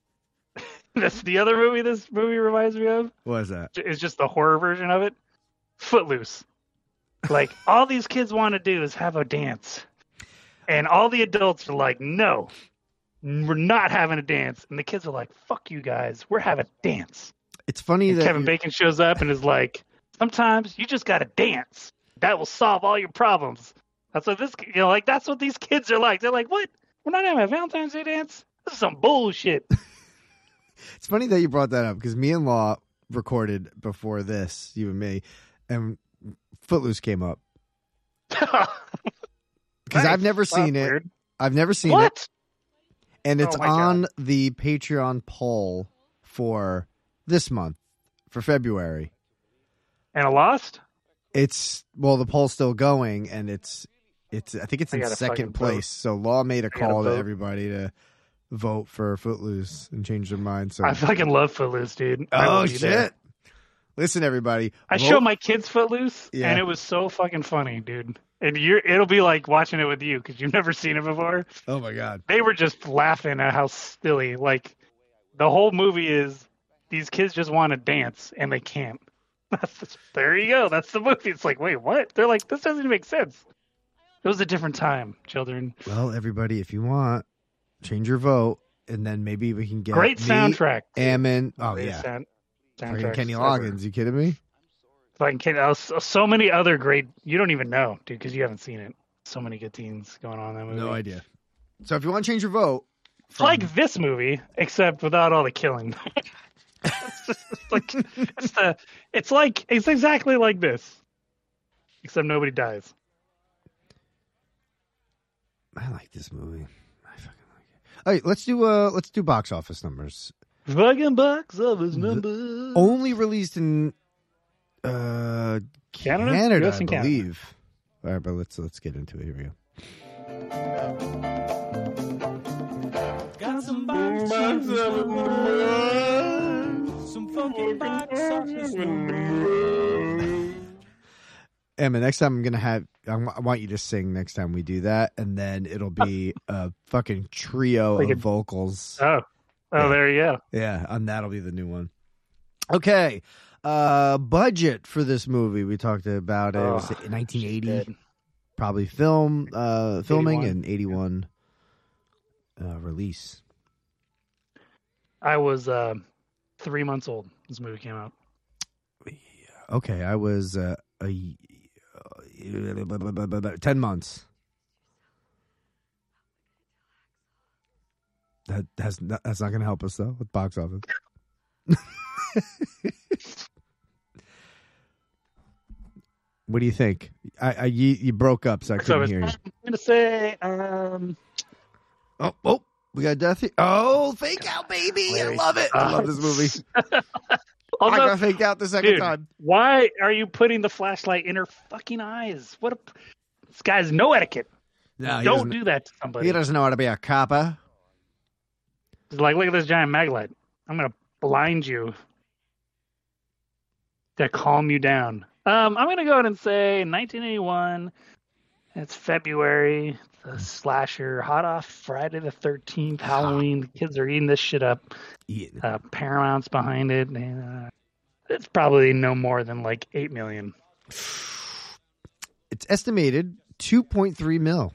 [LAUGHS] this the other movie this movie reminds me of. What is that? is just the horror version of it. Footloose. Like [LAUGHS] all these kids want to do is have a dance. And all the adults are like, "No. We're not having a dance." And the kids are like, "Fuck you guys. We're having a dance." It's funny And that Kevin you- Bacon shows up and is like, "Sometimes you just got to dance. That will solve all your problems." That's what this you know, like that's what these kids are like. They're like, "What? We're not having a Valentine's Day dance? This is some bullshit." [LAUGHS] It's funny that you brought that up because me and Law recorded before this, you and me, and Footloose came up because I've Nice. never Well, seen it. weird. I've never seen it, What? and it's Oh my God. on the Patreon poll for this month for February. And a lost? It's well, the poll's still going, and it's it's. I think it's I in gotta second fucking place. So Law made a gotta call to vote. everybody to vote for Footloose and change their mind. So I fucking love Footloose, dude. I oh will be shit! there. Listen, everybody, I vote- show my kids Footloose, Yeah. and it was so fucking funny, dude. And you're, it'll be like watching it with you because you've never seen it before. Oh my god. They were just laughing at how silly. Like the whole movie is these kids just want to dance and they can't. [LAUGHS] That's, there you go. That's the movie. It's like, wait, what? They're like, this doesn't make sense. It was a different time, children. Well, everybody, if you want, change your vote, and then maybe we can get Great me, soundtrack. Ammon. Oh Great yeah, sound- Freaking soundtracks Kenny ever. Loggins. You kidding me? Fucking Kenny. uh, So so many other great. You don't even know, dude, because you haven't seen it. So many good scenes going on in that movie. No idea. So if you want to change your vote, It's like this movie, except without all the killing. [LAUGHS] it's just it's like it's the it's like it's exactly like this. Except nobody dies. I like this movie. I fucking like it. All right, let's do uh let's do box office numbers. Fucking box office The- Oh. number. Only released in uh Canada? Canada, US I and Canada. believe. All right, but let's let's get into it. Here we go. Got some box office numbers. Some funky box office numbers. Emma, next time I'm gonna have I wa- I want you to sing next time we do that, and then it'll [LAUGHS] be a fucking trio Like a- of vocals. Oh, oh, Yeah. there you go. Yeah, and that'll be the new one. Okay, uh, budget for this movie we talked about it, it was Oh, 1980. Dead. probably film uh filming 81. and 81 uh release I was uh, three months old. when This movie came out. okay i was uh a y- uh, 10 months that has not, that's not gonna help us though with box office [LAUGHS] what do you think i, I you, you broke up so i So I couldn't was, hear you I'm gonna say um, oh oh we got death here. oh fake out baby i Larry. love it i love this movie [LAUGHS] Also, I got faked out the second Dude. time. why are you putting the flashlight in her fucking eyes? What a this guy's no etiquette. No, he Don't doesn't, do that to somebody. he doesn't know how to be a copper. He's like, look at this giant mag light. I'm gonna blind you to calm you down. Um, I'm gonna go ahead and say 1981. It's February. The slasher, hot off Friday the 13th, Halloween. The kids are eating this shit up. Yeah. Uh, Paramount's behind it. and, uh, it's probably no more than like eight million. It's estimated 2.3 mil.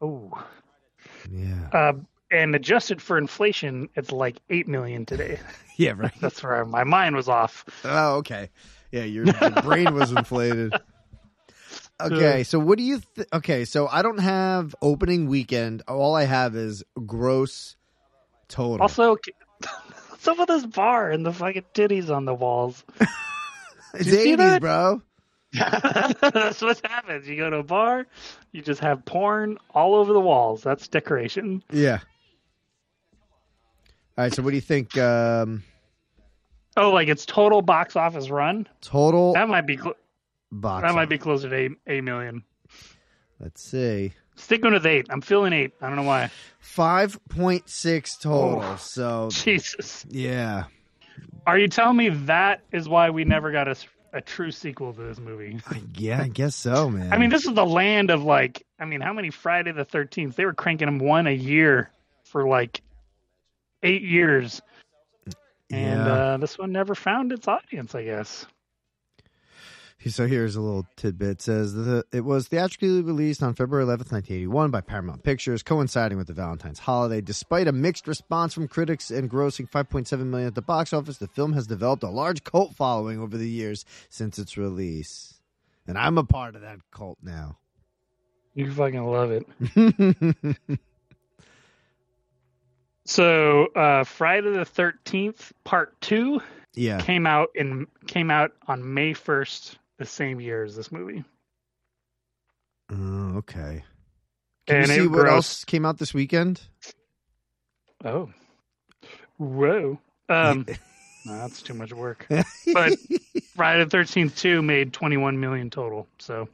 Oh, [LAUGHS] Yeah. uh, and adjusted for inflation, it's like eight million today. [LAUGHS] Yeah, right. That's where my mind was off. [LAUGHS] Oh, okay. Yeah, your, your brain was [LAUGHS] inflated. Okay, so what do you th- Okay, so I don't have opening weekend. All I have is gross total. Also, c- [LAUGHS] some of this bar and the fucking titties on [LAUGHS] the walls. it's you see 80s, that? bro. That's what happens. You go to a bar, you just have porn all over the walls. That's decoration. Yeah. All right, so what do you think um Oh, like it's total box office run. total That might be cl- box? that might office? be closer to eight, eight million. Let's see. Sticking with eight. I'm feeling eight. I don't know why. Five point six total. Oh. So [LAUGHS] Jesus, yeah, are you telling me that is why we never got a, s- a true sequel to this movie? I, yeah, I guess so, man. I mean, this is the land of like. I mean, how many Friday the Thirteenth? They were cranking them one a year for like eight years, and Yeah. uh, this one never found its audience. I guess. so here's a little tidbit. It says that it was theatrically released on February 11th, 1981, by Paramount Pictures, coinciding with the Valentine's holiday. Despite a mixed response from critics and grossing 5.7 million at the box office, the film has developed a large cult following over the years since its release, and I'm a part of that cult now. [LAUGHS] You fucking love it. yeah, So, uh, Friday the Thirteenth Part Two came out in came out on May first, the same year as this movie, Oh, okay. Can and you see it what grossed. else came out this weekend? Oh, whoa. Um, no, that's too much work. But Friday the Thirteenth Two made twenty one million total. So.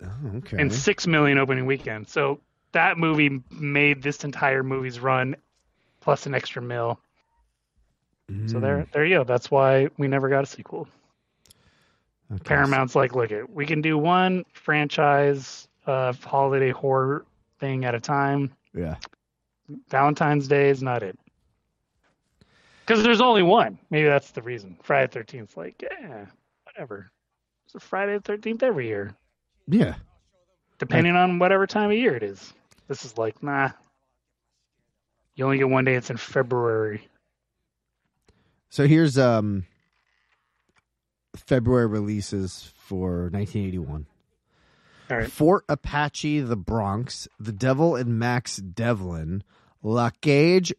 Oh, okay. and six million opening weekend. So that movie made this entire movie's run plus an extra mil. So Mm, there there you go. That's why we never got a sequel. Mm, okay. Paramount's like, look it, we can do one franchise uh holiday horror thing at a time. Yeah. Valentine's Day is not it. Because there's only one. Maybe that's the reason. Friday thirteenth like, yeah. whatever. It's a Friday the Thirteenth every year, Yeah. depending on whatever time of year it is. This is like nah. You only get one day. It's in February. So here's um February releases for 1981. All right. Fort Apache, The Bronx, The Devil and Max Devlin, La Cage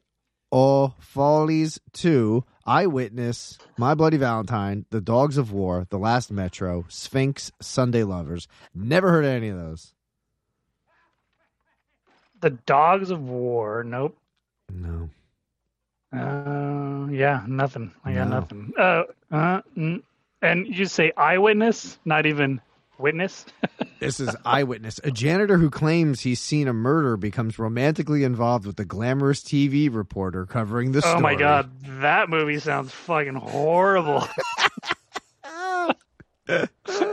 aux Follies 2, Eyewitness, My Bloody Valentine, The Dogs of War, The Last Metro, Sphinx, Sunday Lovers. Never heard of any of those. The Dogs of War. Nope. No. Uh, yeah, nothing. I got No. nothing. Uh, uh, mm. and you say eyewitness, not even [LAUGHS] witness. This is Eyewitness. A janitor who claims he's seen a murder becomes romantically involved with a glamorous TV reporter covering the story. Oh my god, that movie sounds [LAUGHS] fucking horrible. Did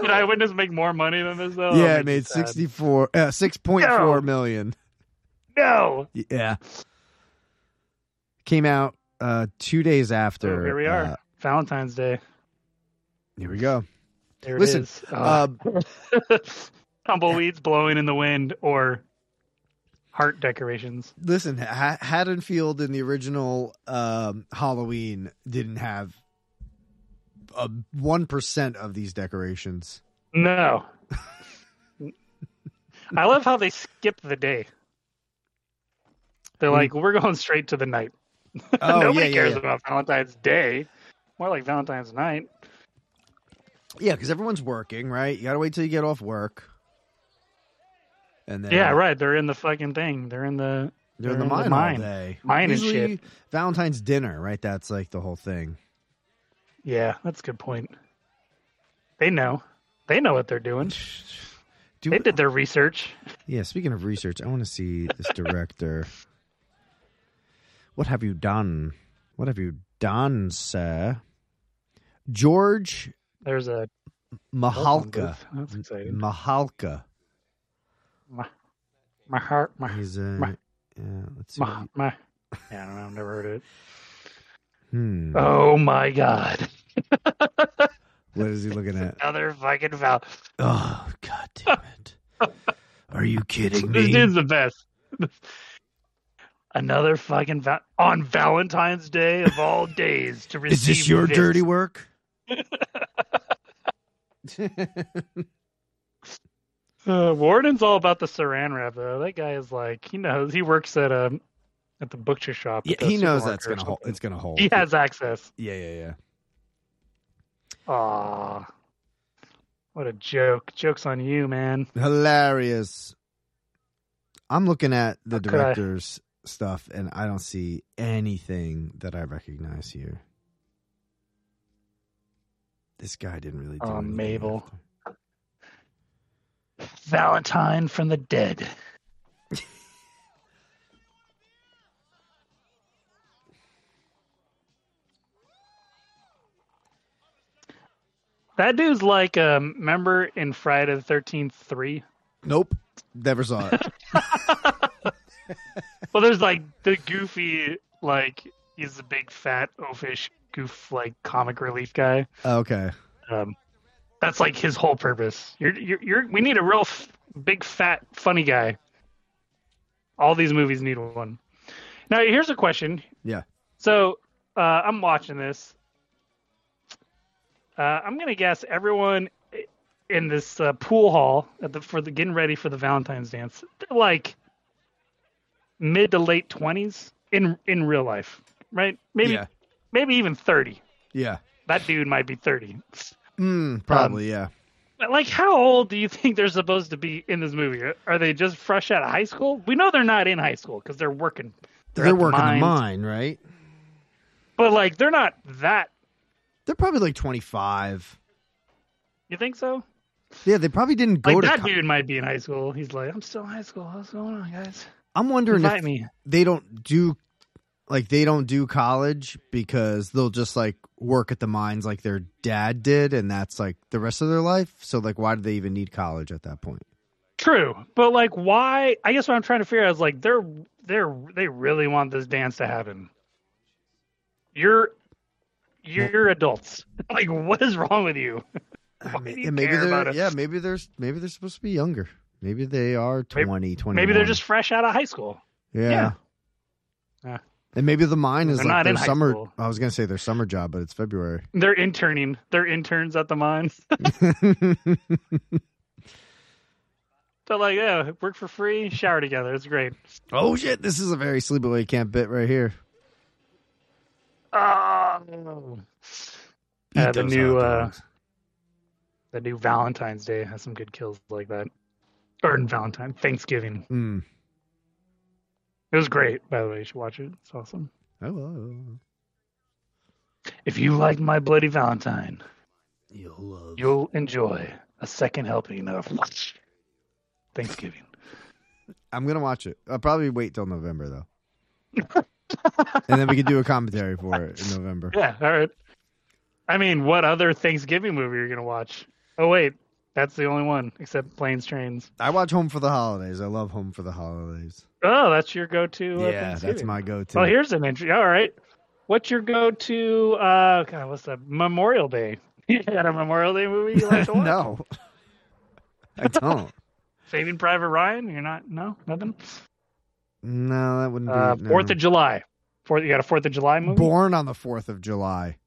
Eyewitness make more money than this though? yeah, That it made Oh, makes me sad. 64 uh, 6.4 No. million. No, Yeah. Came out uh 2 days after. Oh, here we are. uh, Valentine's Day. here we go. There Listen, it is. Uh, [LAUGHS] tumbleweeds blowing in the wind or heart decorations. Listen, ha- Haddonfield in the original um Halloween didn't have a 1% of these decorations. No. I love how they skip the day. They're like, we're going straight to the night. Hmm. [LAUGHS] Oh, [LAUGHS] Nobody yeah, yeah, cares yeah. about Valentine's Day. More like Valentine's night. Yeah, because everyone's working, right? You gotta wait till you get off work, and then Yeah, right. They're in the fucking thing. They're in the They're in the They're mine, in the all mine. day. Mine and Usually Valentine's dinner, right? That's like the whole thing. yeah. That's a good point. They know. They know what they're doing. Do They did their research. yeah. Speaking of research, I want to see this director. what have you done? What have you done, sir? George There's a Mahalka. That's exciting. Mahalka. My, my heart, my He's Ma- a. Yeah, let's see. my, my. Yeah, I don't know. I've never heard of it. Hmm. Oh my god! What is he looking at? Another fucking Val. Oh god damn it! Are you kidding This [LAUGHS] me? dude's the best. Another fucking val- on Valentine's Day of all days to receive. Is this your dirty [LAUGHS] work? Uh, Warden's all about the Saran wrap though. That guy is like he knows. He works at a at the butcher shop. yeah, at the he knows that's supermarket or gonna hold. something. It's gonna hold. He has access. Yeah, yeah, yeah. Aw. What a joke. Joke's on you, man. Hilarious. I'm looking at the Okay. director's stuff, and I don't see anything that I recognize here. This guy didn't really. Do Oh, anything Mabel. after. Valentine from the dead. that dude's like a member in Friday the 13th 3. Nope, never saw [LAUGHS] it. Well, there's like the goofy, like, he's a big fat oafish goof, like, comic relief guy. okay, Um, that's like his whole purpose. You're, you're, you're, we need a real f- big, fat, funny guy. All these movies need one. Now, here's a question. Yeah. So uh, I'm watching this. Uh, I'm gonna guess everyone i- in this uh, pool hall at the, for the getting ready for the Valentine's dance, they're like mid to late twenties in in real life, right? Maybe yeah, maybe even thirty. yeah, That dude might be thirty. mm, probably, Um, yeah. But, Like, how old do you think they're supposed to be in this movie? Are they just fresh out of high school? We know they're not in high school because they're working. They're, at the working mines. the mine, right? But like, they're not that. They're probably like 25. You think so? Yeah, they probably didn't go like to. that co- dude might be in high school. He's like, I'm still in high school. What's going on, guys? I'm wondering if Invite me. they don't do like they don't do college because they'll just like work at the mines like their dad did and that's like the rest of their life so like why do they even need college at that point True, but like, why? I guess what I'm trying to figure out is like, they're they're they really want this dance to happen. [LAUGHS] You're you're adults. Like, what is wrong with you? Why do you yeah, maybe care about they're us? yeah, maybe they're maybe they're supposed to be younger. Maybe they are 20, 20. Maybe they're just fresh out of high school. yeah. yeah. Yeah. And maybe the mine is They're like not in their high summer. school. I was gonna say their summer job, but it's February. [LAUGHS] They're interning. They're interns at the mine. [LAUGHS] they're like, yeah, work for free, shower together. It's great. oh shit! This is a very sleepaway camp bit right here. Oh. Eat Yeah, the those new, hot uh, dogs. The new Valentine's Day has some good kills like that. Or in Valentine, Thanksgiving. Mm. It was great, by the way. You should watch it. It's awesome. Oh, well, well. If you like My Bloody Valentine, You'll love. you'll enjoy a second helping of Thanksgiving. I'm gonna watch it. I'll probably wait till November though, [LAUGHS] and then we can do a commentary for it in November. Yeah, all right. I mean, what other Thanksgiving movie are you going to watch? Oh, wait. That's the only one, except Planes, Trains. I watch Home for the Holidays. I love Home for the Holidays. Oh, that's your go to. Uh, yeah, that's Thanksgiving. my go-to. Well, [LAUGHS] here's an entry. All right. What's your go to? Uh, God, what's that? Memorial Day. [LAUGHS] you got a Memorial Day movie you [LAUGHS] like to watch? no, I don't. Saving Private Ryan? You're not? No, nothing? No, that wouldn't be Uh, no. Fourth of July. Fourth, you got a Fourth of July movie? Born on the Fourth of July.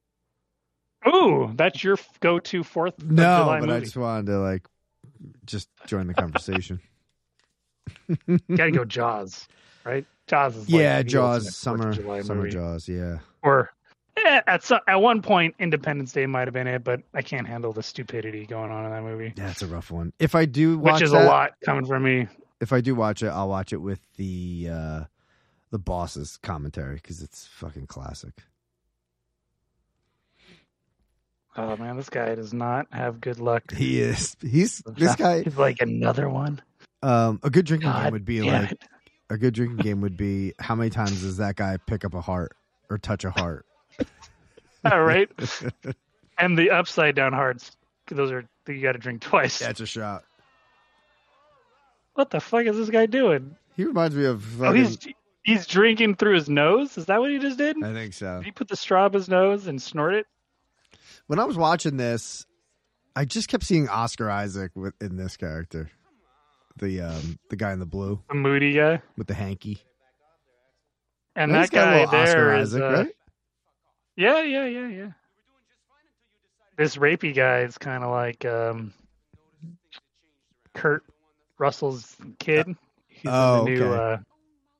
Ooh, that's your f- go-to Fourth of No, July but I movie. just wanted to like just join [LAUGHS] the conversation. You gotta go Jaws, right? Jaws is like yeah, the ultimate Fourth Jaws of summer July summer movie. Jaws. Yeah, Or eh, at so, at one point, Independence Day might have been it, but I can't handle the stupidity going on in that movie, that's a rough one. If I do watch which is that, a lot coming from me. if I do watch it, I'll watch it with the uh the boss's commentary because it's fucking classic. Oh man, this guy does not have good luck. He is he's this guy. He's like another one. Um, a good drinking game God would be damn like it. [LAUGHS] a good drinking game would be how many times does that guy pick up a heart or touch a heart? [LAUGHS] All right, and the upside down hearts. Those are you got to drink twice. That's a shot. What the fuck is this guy doing? He reminds me of. Oh, Fucking, he's he's drinking through his nose. Is that what he just did? I think so. Did he put the straw up his nose and snort it? When I was watching this, I just kept seeing Oscar Isaac with, in this character, the um the guy in the blue The moody guy. with the hanky. And He's that got a guy little there Oscar is, Isaac, uh, right? yeah, yeah, yeah, yeah. This rapey guy is kind of like um, Kurt Russell's kid. He's oh, in the new, okay. uh,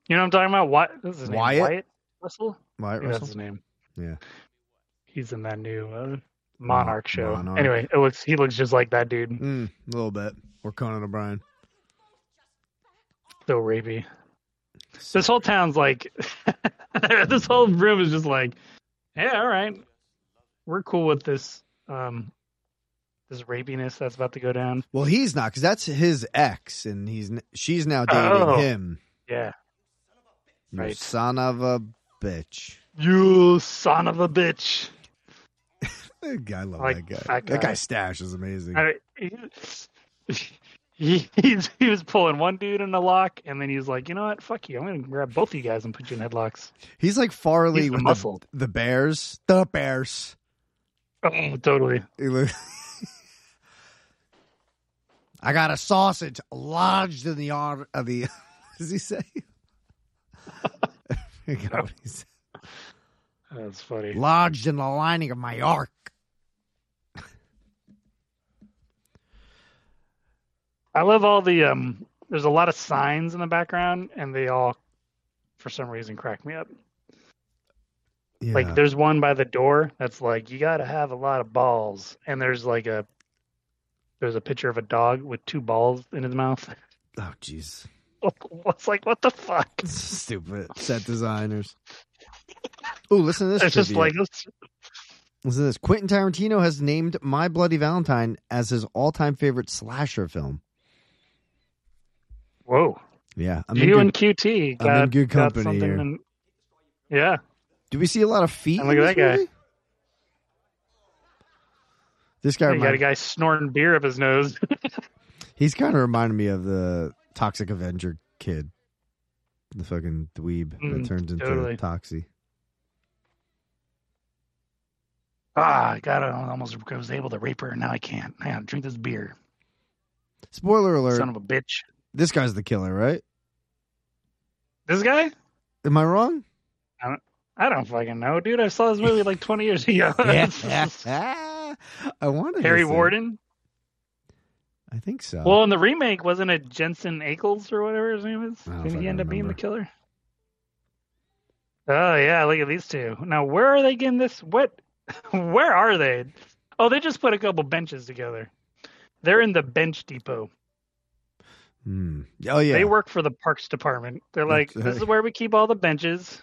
you know what I'm talking about? What is his name? Wyatt? Russell. Wyatt Yeah, Russell? that's his name. Yeah. He's in that new uh, Monarch show. Monarch. Anyway, it looks he looks just like that dude. Mm, a little bit. Or Conan O'Brien. So rapey. This whole town's like, [LAUGHS] this whole room is just like, yeah, all right, we're cool with this, um, this rapiness that's about to go down. Well, he's not because that's his ex, and he's n- she's now dating Oh. him. Yeah, You Right. son of a bitch. you son of a bitch. That guy- I love Like that guy. that guy. That guy's stash is amazing. I, he, [LAUGHS] he, he's- he was pulling one dude in a lock, and then he was like, you know what, fuck you, I'm gonna grab both of you guys and put you in headlocks. He's like Farley He's the with the, muscle. the Bears. The Bears. Oh, totally. He look- [LAUGHS] I got a sausage lodged in the arm of the. [LAUGHS] What does he say? I forgot what he [LAUGHS] said. That's funny. Lodged in the lining of my arc. I love all the um. There's a lot of signs in the background, and they all, for some reason, crack me up. Yeah. Like there's one by the door that's like you gotta have a lot of balls, and there's like a there's a picture of a dog with two balls in his mouth. [LAUGHS] oh, [LAUGHS] jeez. What's like what the fuck? Stupid set [LAUGHS] designers. Ooh, listen to this. it's just trivia. like it's- listen to this. Quentin Tarantino has named My Bloody Valentine as his all-time favorite slasher film. whoa. Yeah, I you good- and QT I'm in got, good got company something. here. in- yeah, do we see a lot of feet? And look in this at that guy. movie? This guy, you got a remind- guy snorting beer up his nose. [LAUGHS] he's kind of reminded me of the Toxic Avenger kid, the fucking dweeb Mm, that turns into totally. Toxie. ah, I got I almost was able to rape her, and now I can't. I gotta drink this beer. Spoiler alert: Son of a bitch. this guy's the killer, right? This guy? Am I wrong? I don't fucking know, dude. I saw this [LAUGHS] movie like 20 years ago. [LAUGHS] I wanted Harry to say- Warden. I think so. Well, in the remake, wasn't it Jensen Ackles or whatever his name is? I don't Did fucking he end up being the remember. killer? Oh yeah, look at these two. Now where are they getting this? What? [LAUGHS] Where are they? Oh, they just put a couple benches together. They're in the bench depot. Hmm. Oh yeah. They work for the parks department. They're like, That's right. this is where we keep all the benches.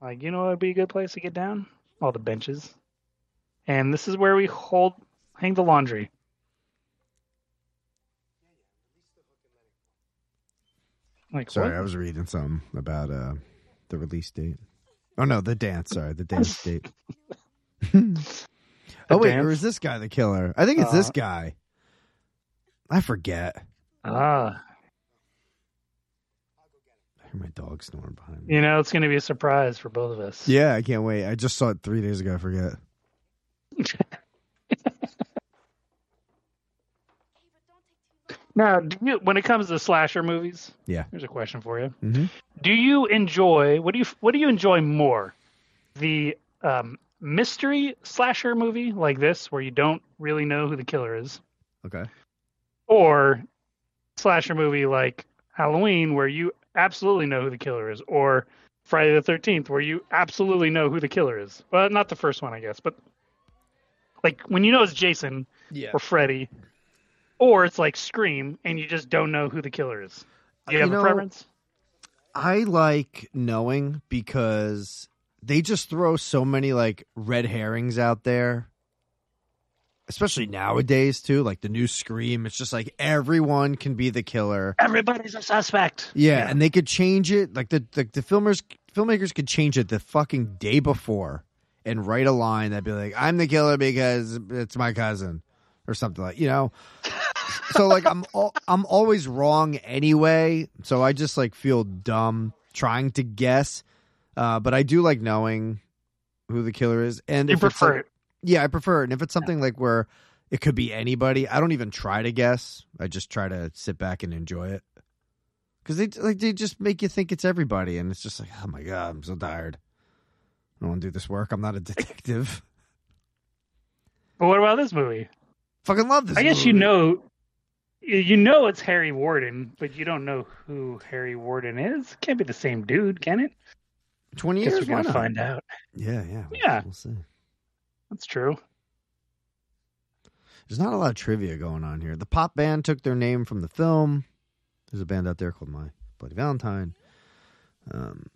Like, you know, it'd be a good place to get down all the benches, and this is where we hold hang the laundry. Like, Sorry, what? I was reading something about uh the release date. Oh no, the dance. Sorry, the [LAUGHS] dance date. oh wait, or dance? is this guy the killer? I think it's this Uh, guy. I forget. Ah, I hear my dog snoring behind me. you know, it's going to be a surprise for both of us. Yeah, I can't wait. I just saw it three days ago. I forget. Now, do you, when it comes to slasher movies, Yeah. here's a question for you: Mhm. Do you enjoy what do you what do you enjoy more, the um, mystery slasher movie like this, where you don't really know who the killer is, Okay. or slasher movie like Halloween, where you absolutely know who the killer is, or Friday the Thirteenth, where you absolutely know who the killer is? Well, not the first one, I guess, but like when you know it's Jason, Yeah. or Freddy, or it's like Scream, and you just don't know who the killer is. Do you Uh, You have know- a preference? I like knowing because they just throw so many like red herrings out there. Especially nowadays too, like the new Scream, it's just like everyone can be the killer. Everybody's a suspect. Yeah, Yeah. and they could change it. Like the, the the filmers filmmakers could change it the fucking day before and write a line that'd be like, "I'm the killer because it's my cousin," or something like you know. [LAUGHS] so like I'm al- I'm always wrong anyway. So I just like feel dumb trying to guess. Uh, but I do like knowing who the killer is, and You if it's, like- prefer it. yeah, I prefer it. And if it's something like where it could be anybody, I don't even try to guess. I just try to sit back and enjoy it. Because they like they just make you think it's everybody, and it's just like, oh my god, I'm so tired. I don't want to do this work. I'm not a [LAUGHS] detective. But what about this movie? Fucking love this. I guess you movie. know, you know it's Harry Warden, but you don't know who Harry Warden is. Can't be the same dude, can it? twenty Guess years. we're Why gonna not? find out. Yeah, yeah, we'll- Yeah. We'll see. That's true. There's not a lot of trivia going on here. The pop band took their name from the film. There's a band out there called My Bloody Valentine. Um,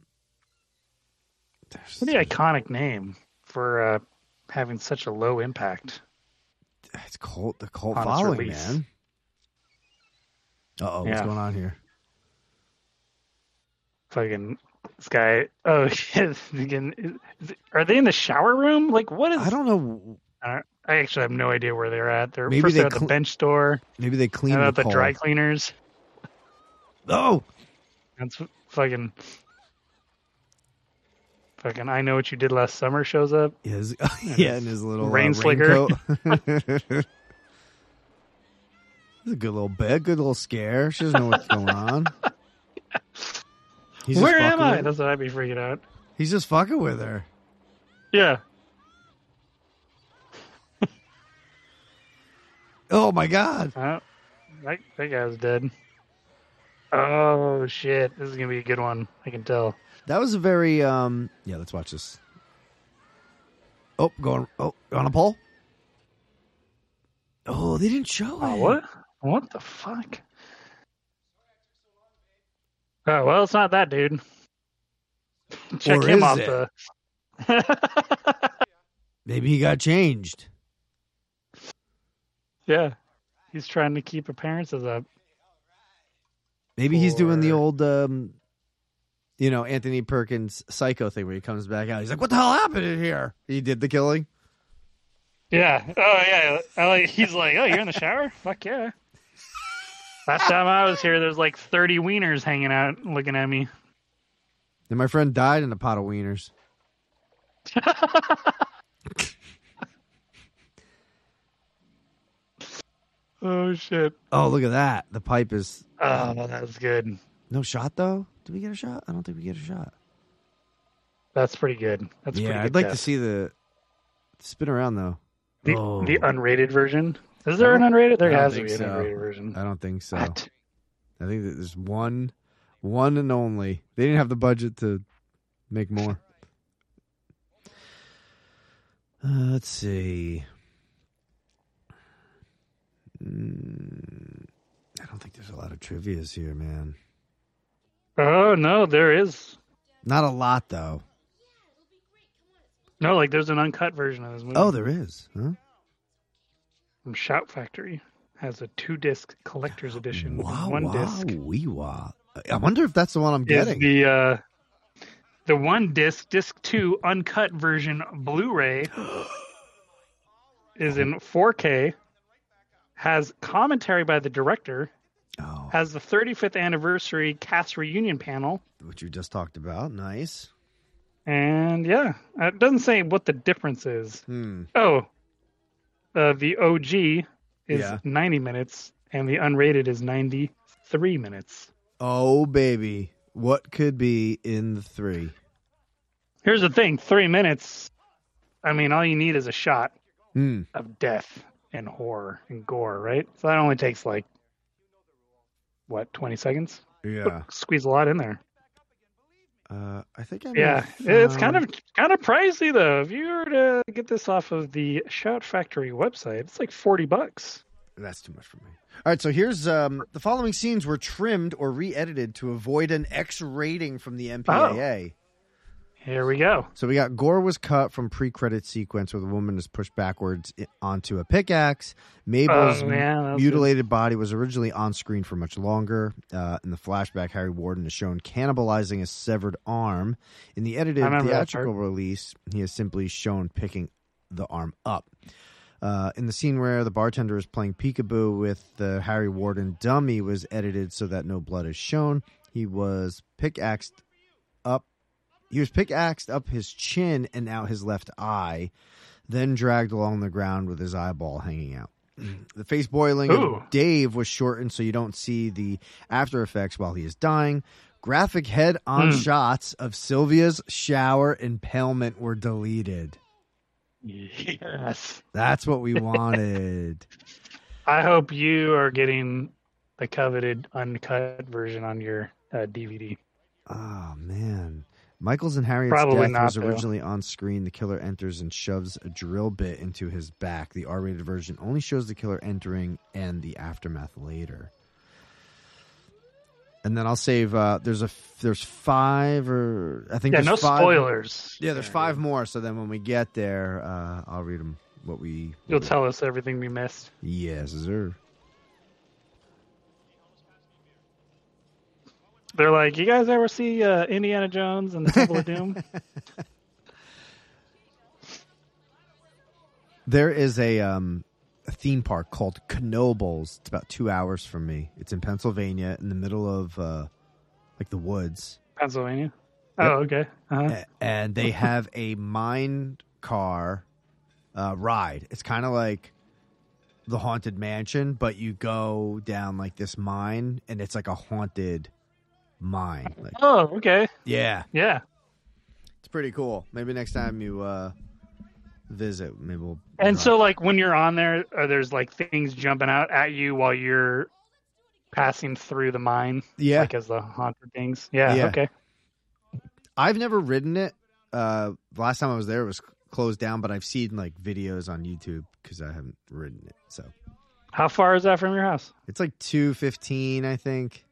there's, Pretty iconic name for uh, having such a low impact. It's cult, the cult On its following, release. man. Uh oh, what's Yeah. going on here? Fucking this guy. Oh, [LAUGHS] shit. Again, is- are they in the shower room? Like, what is? I don't know. I actually have no idea where they're at. They're Maybe first they they're at cl- the bench store, Maybe they and cleaned then the, at the coal. dry cleaners. Oh, That's f- fucking. Fucking, I know what you did last summer shows up. his, [LAUGHS] yeah, in his little rain uh, slicker. raincoat. [LAUGHS] It's a good little bit, good little scare. She doesn't know what's going [LAUGHS] on. He's just Where am fucking I? with- That's what I'd be freaking out. He's just fucking with her. Yeah. Oh my god. Uh, that, that guy was dead. Oh, shit. This is going to be a good one. I can tell. That was a very um yeah, let's watch this. Oh, going oh on a pole? Oh, they didn't show Oh, it. what? What the fuck? Oh, well, it's not that dude. [LAUGHS] Check Or him is off it? the. [LAUGHS] Maybe he got changed. yeah. He's trying to keep appearances up. Maybe he's doing the Or- old um you know, Anthony Perkins psycho thing where he comes back out. He's like, What the hell happened in here? He did the killing. Yeah. Oh yeah. I like, he's like, oh, you're in the shower? [LAUGHS] Fuck yeah. Last time I was here, there's like 30 wieners hanging out looking at me. And my friend died in a pot of wieners. Oh shit! Oh, look at that. The pipe is Oh, that was good. no shot though. Did we get a shot? I don't think we get a shot. That's pretty good. That's pretty yeah, good I'd like to test. see the spin around though. the, Oh. the unrated version. Is there an don't- unrated? There I don't has to think be an so. unrated version. I don't think so. What? I think that there's one, one and only. They didn't have the budget to make more. Uh, let's see. Mm, I don't think there's a lot of trivia's here, man. Oh no, there is Not a lot though. no like there's an uncut version of this movie. Oh, there is. Huh? from Shout Factory has a two disc collector's edition. with Wow, one wow, disc wee wow. I wonder if that's the one I'm is getting. the uh, the one disc disc two uncut version Blu-ray is in 4K. Has commentary by the director. oh, Has the 35th anniversary cast reunion panel. what you just talked about. Nice. And yeah, it doesn't say what the difference is. Hmm. Oh, uh, the OG is Yeah. 90 minutes, and the unrated is 93 minutes. Oh baby, what could be in the three? Here's the thing: three minutes. I mean, all you need is a shot Hmm. of death and horror and gore, right? So that only takes like what 20 seconds. Yeah. Squeeze a lot in there. Uh, I think I. might Yeah, have it's kind of found- kind of pricey though. If you were to get this off of the Shout Factory website, it's like 40 bucks. that's too much for me. All right, so here's um, the following scenes were trimmed or re-edited to avoid an X rating from the MPAA. Oh. Here we go. So we got gore was cut from pre-credit sequence where the woman is pushed backwards i- onto a pickaxe. Mabel's Oh, yeah, that was mutilated body was originally on screen for much longer. Uh, in the flashback, Harry Warden is shown cannibalizing a severed arm. In the edited I remember that part. theatrical release, he is simply shown picking the arm up. Uh, in the scene where the bartender is playing peekaboo with the Harry Warden dummy was edited so that no blood is shown. He was pickaxed up. He was pickaxed up his chin and out his left eye, then dragged along the ground with his eyeball hanging out. [CLEARS THROAT] The face boiling Ooh. of Dave was shortened so you don't see the after effects while he is dying. Graphic head on Hmm. shots of Sylvia's shower impalement were deleted. Yes. That's what [LAUGHS] we wanted. I hope you are getting the coveted uncut version on your uh, DVD. Oh man. Michael's and Harriet's Probably death not, was though. originally on screen. The killer enters and shoves a drill bit into his back. The R-rated version only shows the killer entering and the aftermath later. And then I'll save. Uh, there's a f- there's five or I think Yeah, there's no five, spoilers. Yeah, there's five more. So then when we get there, uh, I'll read them. What we You'll tell us everything we missed. Yes, sir. They're like, you guys ever see uh, Indiana Jones and the Temple of Doom? There is a um a theme park called Knobles. It's about two hours from me. It's in Pennsylvania, in the middle of uh like the woods, [LAUGHS] Pennsylvania. Oh, okay. Uh-huh. A- and they have a mine car uh, ride. It's kind of like the haunted mansion, but you go down like this mine, and it's like a haunted mine. Like, Oh, okay. yeah, Yeah. it's pretty cool. Maybe next time you uh visit, maybe we'll. And drive. so, like, when you're on there, are there's like things jumping out at you while you're passing through the mine, yeah, like as the haunted things. Yeah. Yeah. Okay. I've never ridden it. Uh, the last time I was there, it was c- closed down, but I've seen like videos on YouTube because I haven't ridden it. So How far is that from your house? it's like two fifteen, I think.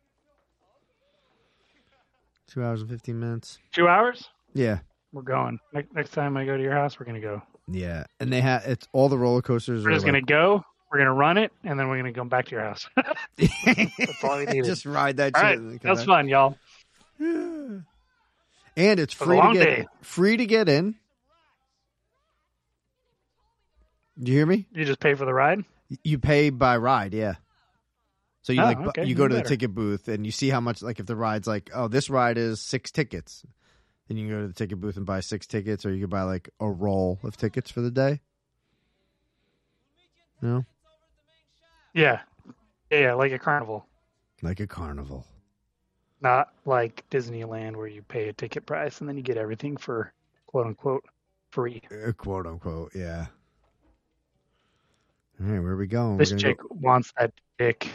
Two hours and fifteen minutes. Two hours? Yeah, We're going. Ne- next time I go to your house, we're gonna go. yeah. And they have it's all the roller coasters. We're are just like, gonna go. We're gonna run it, and then we're gonna go back to your house. [LAUGHS] That's all [LAUGHS] we needed. just ride that. All shit right, and come that's back. fun, y'all. [SIGHS] And it's was a free to long get day. free to get in. Do you hear me? You just pay for the ride. You pay by ride, yeah. So you Oh, like bu- okay, you even go to the better. ticket booth and you see how much like if the ride's like oh this ride is six tickets, then you can go to the ticket booth and buy six tickets, or you can buy like a roll of tickets for the day. No, Yeah. Yeah, yeah, like a carnival, like a carnival. not like Disneyland where you pay a ticket price and then you get everything for quote unquote free. Uh, quote unquote, yeah. All right, where are we going? We're This gonna chick wants that dick.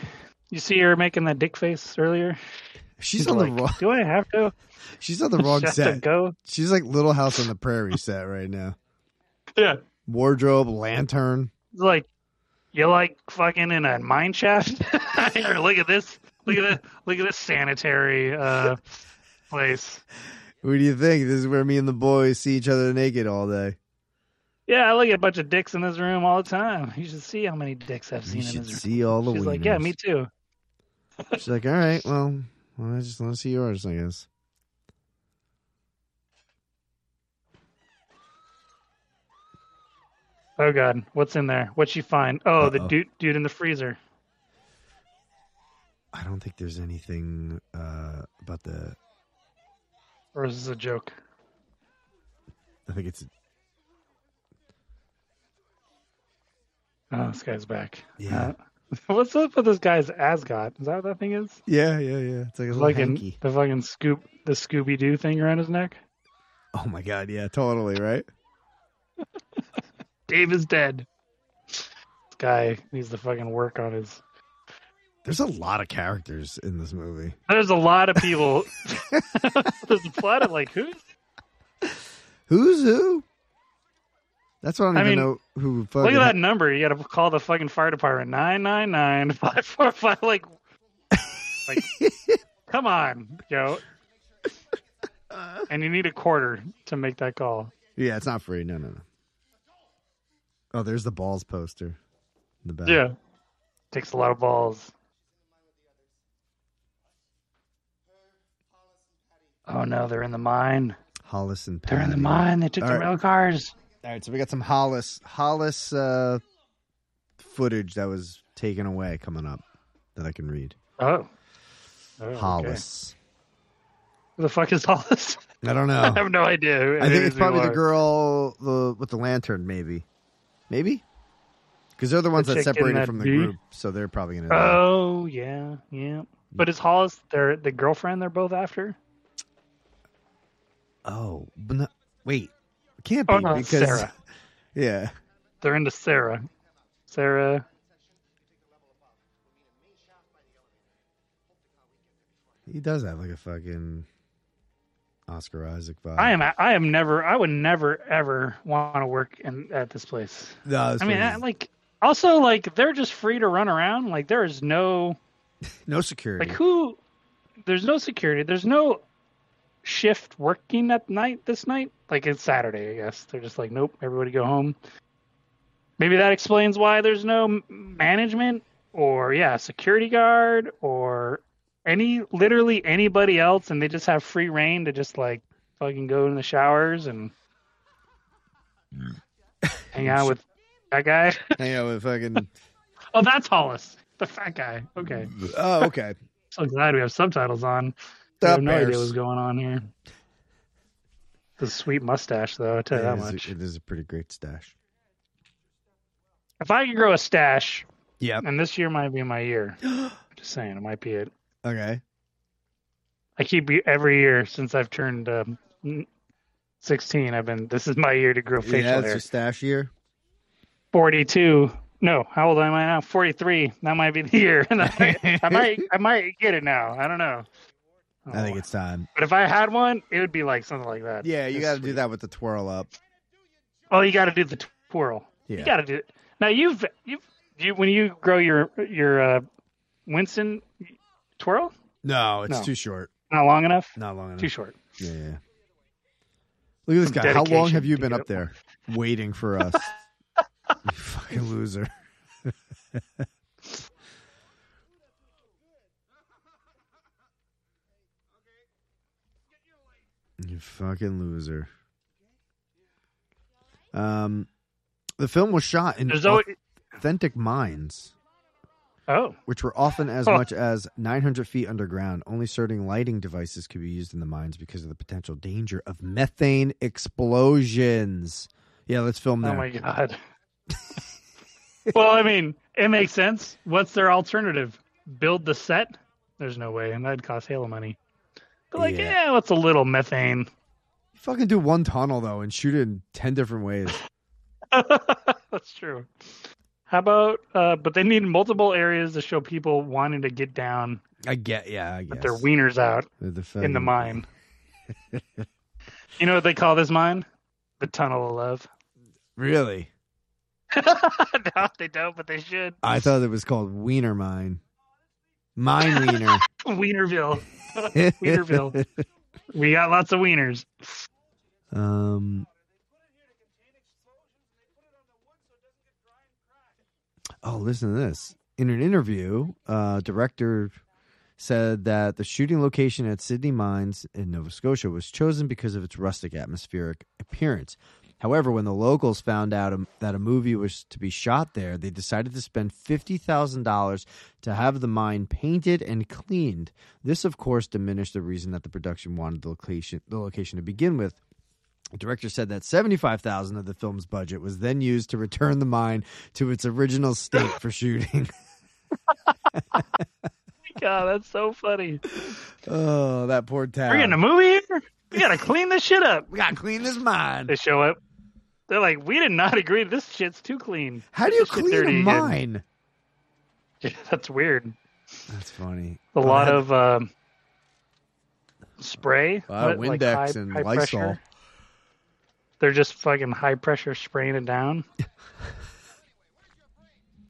You see her making that dick face earlier? Go... She's on the like, [LAUGHS] wrong. Do I have to? She's on the wrong Just to set. go? She's like Little House on the [LAUGHS] Prairie set right now. Yeah. Wardrobe, lantern. It's like, you like fucking in a mine shaft? Here, look at this. Look at this. Look at this sanitary uh, place. What do you think? This is where me and the boys see each other naked all day. Yeah, I look at a bunch of dicks in this room all the time. You should see how many dicks I've You seen in should this room. see all the She's like, yeah, wieners." me too. She's like, all right, well, well, I just want to see yours, I guess. Oh god, what's in there? What'd she find? Oh, the Uh-oh. dude, dude in the freezer. I don't think there's anything uh, about the. Or is this a joke? I think it's Oh, this guy's back. Yeah. Uh, [LAUGHS] what's up with this guy's ascot? Is that what that thing is? yeah, yeah, yeah. It's like a little Like in hanky. the fucking scoop, the Scooby Doo thing around his neck. Oh my god, yeah, totally right. Dave is dead. This guy needs to fucking work on his. There's a lot of characters in this movie. There's a lot of [LAUGHS] people. [LAUGHS] There's a lot of like who's Who's who? That's what I don't I even mean, know who. Look Fucking at that number. You got to call the fucking fire department. [LAUGHS] 999 545. Like, [LAUGHS] like come on, yo. And you need a quarter to make that call. Yeah, it's not free. No, no, no. Oh, there's the balls poster. In the back. Takes a lot of balls. Oh no, they're in the mine. Hollis and They're in the Patty. mine. They took All the right. rail cars. All right, so we got some Hollis Hollis uh, footage that was taken away coming up that I can read. Oh. oh okay. Hollis. Who the fuck is Hollis? [LAUGHS] I don't I know. have no idea. Oh. I who any think of it's these probably people the are. girl the, with the lantern, maybe, maybe, because they're the ones that chick in separated that from the bee? group, so they're probably gonna. Oh yeah, yeah. But is Hollis their the girlfriend they're both after? oh, but no, wait, it can't be Oh no, it's because Sarah. [LAUGHS] yeah, They're into Sarah. Sarah. he does have like a fucking Oscar Isaac vibe. I am. I am never. I would never ever want to work in at this place. No, this I mean, one I, is- like also like they're just free to run around. Like there is no no security. like who. There's no security. There's no shift working at night this night. Like it's Saturday, I guess. They're just like, nope, everybody go home. Maybe that explains why there's no m- management or yeah, security guard or any literally anybody else, and they just have free reign to just like fucking go in the showers and hang out with that guy. [LAUGHS] Hang out with fucking. oh, that's Hollis, the fat guy. Okay, oh, okay. so glad we have subtitles on. I Uh, have no idea bears. what's going on here. The sweet mustache, though, I tell you that It is- much. it is a pretty great stash. If I could grow a stash, Yep. and this year might be [GASPS] my year. Just saying, it might be it. Okay. I keep every year since I've turned um, sixteen. I've been this is my year to grow facial yeah, it's hair. your stash year. Forty-two. No, how old am I now? Forty-three. That might be the year. [LAUGHS] And I, might- I might, I might get it now. I don't know. Oh, I think it's time. But if I had one, it would be like something like that. Yeah, you It's got to sweet. do that with the twirl up. Oh, you got to do the twirl. Yeah. You got to do it. Now you've you've you when you grow your your uh, Winston twirl, no, it's No. too short. not long enough, Not long enough. too short. Yeah, yeah. Look at this Some guy. How long dedication have you to been get up there waiting for [LAUGHS] us? you fucking loser. [LAUGHS] you fucking loser. Um, the film was shot in There's always authentic mines, oh which were often as Oh. much as 900 feet underground. Only certain lighting devices could be used in the mines because of the potential danger of methane explosions. Yeah, let's film oh there. my god. well, I mean, it makes sense. What's their alternative? Build the set? There's no way, and that'd cost Halo money. But like, Yeah. yeah, what's a little methane? [LAUGHS] Fucking do one tunnel though and shoot it in ten different ways. That's true. How about? Uh, but they need multiple areas to show people wanting to get down, I get, yeah, I with guess. their wieners out They're the in the fucking- mine. [LAUGHS] you know what they call this mine? The Tunnel of Love. [LAUGHS] Really? no, they don't, but they should. I thought it was called Wiener Mine. Mine Wiener. [LAUGHS] Wienerville. [LAUGHS] Wienerville. we got lots of wieners. Um. Oh, listen to this. In an interview, uh, director said that the shooting location at Sydney Mines in Nova Scotia was chosen because of its rustic atmospheric appearance. However, when the locals found out um, that a movie was to be shot there, they decided to spend $50,000 to have the mine painted and cleaned. This, of course, diminished the reason that the production wanted the location, the location to begin with. The director said that 75,000 of the film's budget was then used to return the mine to its original state for shooting. [LAUGHS] God, that's so funny. oh, that poor town. We're getting a movie here. We gotta clean this shit up. we got to clean this mine. They show up. They're like, we did not agree. This shit's too clean. How do you This shit clean a dirty again. mine? [LAUGHS] That's weird. That's funny. A lot I had- of um, spray, A lot of what, Windex high- and high Lysol. pressure. They're just fucking high pressure spraying it down. All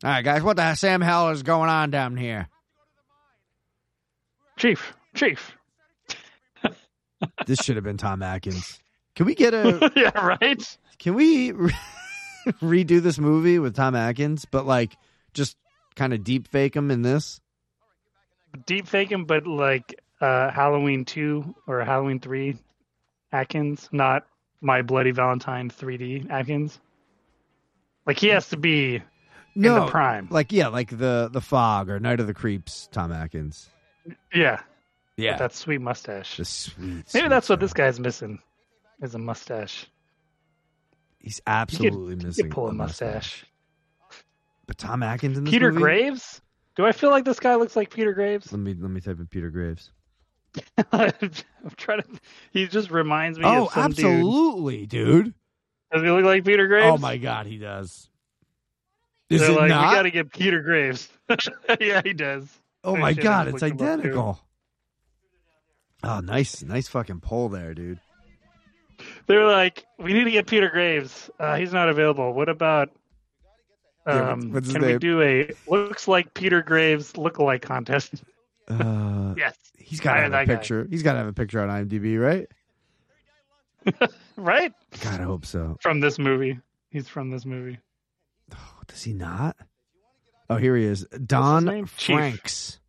right, guys, what the Sam hell is going on down here? Chief, chief. [LAUGHS] This should have been Tom Atkins. Can we get [LAUGHS] a yeah, right. Can we [LAUGHS] re- redo this movie with Tom Atkins, but like just kind of deep fake him in this? Deep faking, but like uh, Halloween two or Halloween three, Atkins, not my bloody Valentine 3D Atkins. Like he has to be No, in the prime. like yeah, like the the fog or Night of the Creeps, Tom Atkins. Yeah, Yeah, that sweet mustache. the sweet. Maybe sweet that's what sound. this guy's missing. Is a mustache. He's He could, absolutely he missing. could pull a mustache. But Tom Atkins in this Peter movie? Graves? Do I feel like this guy looks like Peter Graves? [LAUGHS] Let me let me type in Peter Graves. I'm trying to. He just reminds me Oh, of some dude. absolutely, dude. Does he look like Peter Graves? Oh my god, he does. Is They're it like, not? we got to get Peter Graves. [LAUGHS] yeah, he does. oh Oh, my shit, god, I'm it's looking up, dude. identical. Oh, nice, nice fucking pull there, dude. They're like, we need to get Peter Graves. Uh, he's not available. What about? Yeah, Um, what's his can name? we do a looks like Peter Graves lookalike contest? [LAUGHS] Uh, yes, He's got to Hire have a that guy. picture. He's got to have a picture on IMDb, right? right God, I hope so. from this movie. He's from this movie. Oh, does he not? Oh, here he is. What's his Don name? Chief. Franks.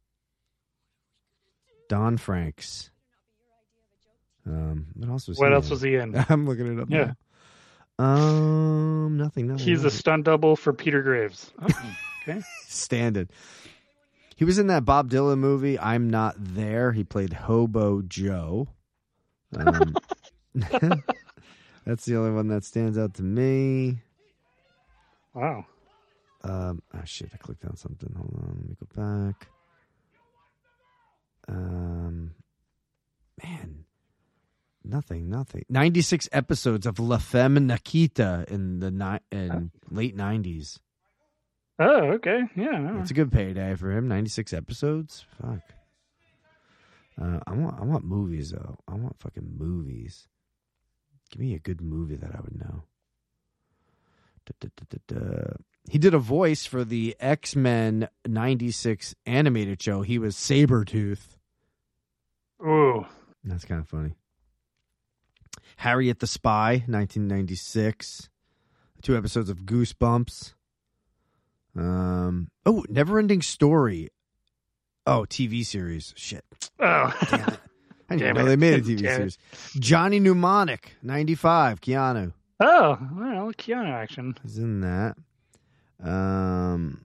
Don Franks. Um, what else was? What he else in? was [LAUGHS] he in? I'm looking it up. Yeah. now. Um, nothing. nothing He's a nothing. stunt double for [LAUGHS] Peter Graves. Oh, standard. He was in that Bob Dylan movie. I'm not there. He played Hobo Joe. [LAUGHS] Um, [LAUGHS] that's the only one that stands out to me. Wow. Um, oh shit! I clicked on something. Hold on, let me go back. Um, man, nothing, nothing. Ninety-six episodes of La Femme Nikita in the ni- in late nineties. Oh, okay. Yeah. all right. It's a good payday for him. Ninety-six episodes. Fuck. Uh, I want, I want movies though. I want fucking movies. Give me a good movie that I would know. Da-da-da-da-da. He did a voice for the X Men '96 animated show. He was Sabretooth. Ooh. That's kind of funny. Harriet the Spy, 1996. Two episodes of Goosebumps. Um. Oh, Neverending Story. Oh, TV series. [LAUGHS] Shit. Oh. I didn't Damn know it. they made [LAUGHS] a TV Damn series. it. Johnny Mnemonic, 95. Keanu [LAUGHS] oh, well, Keanu action. is in that. Um.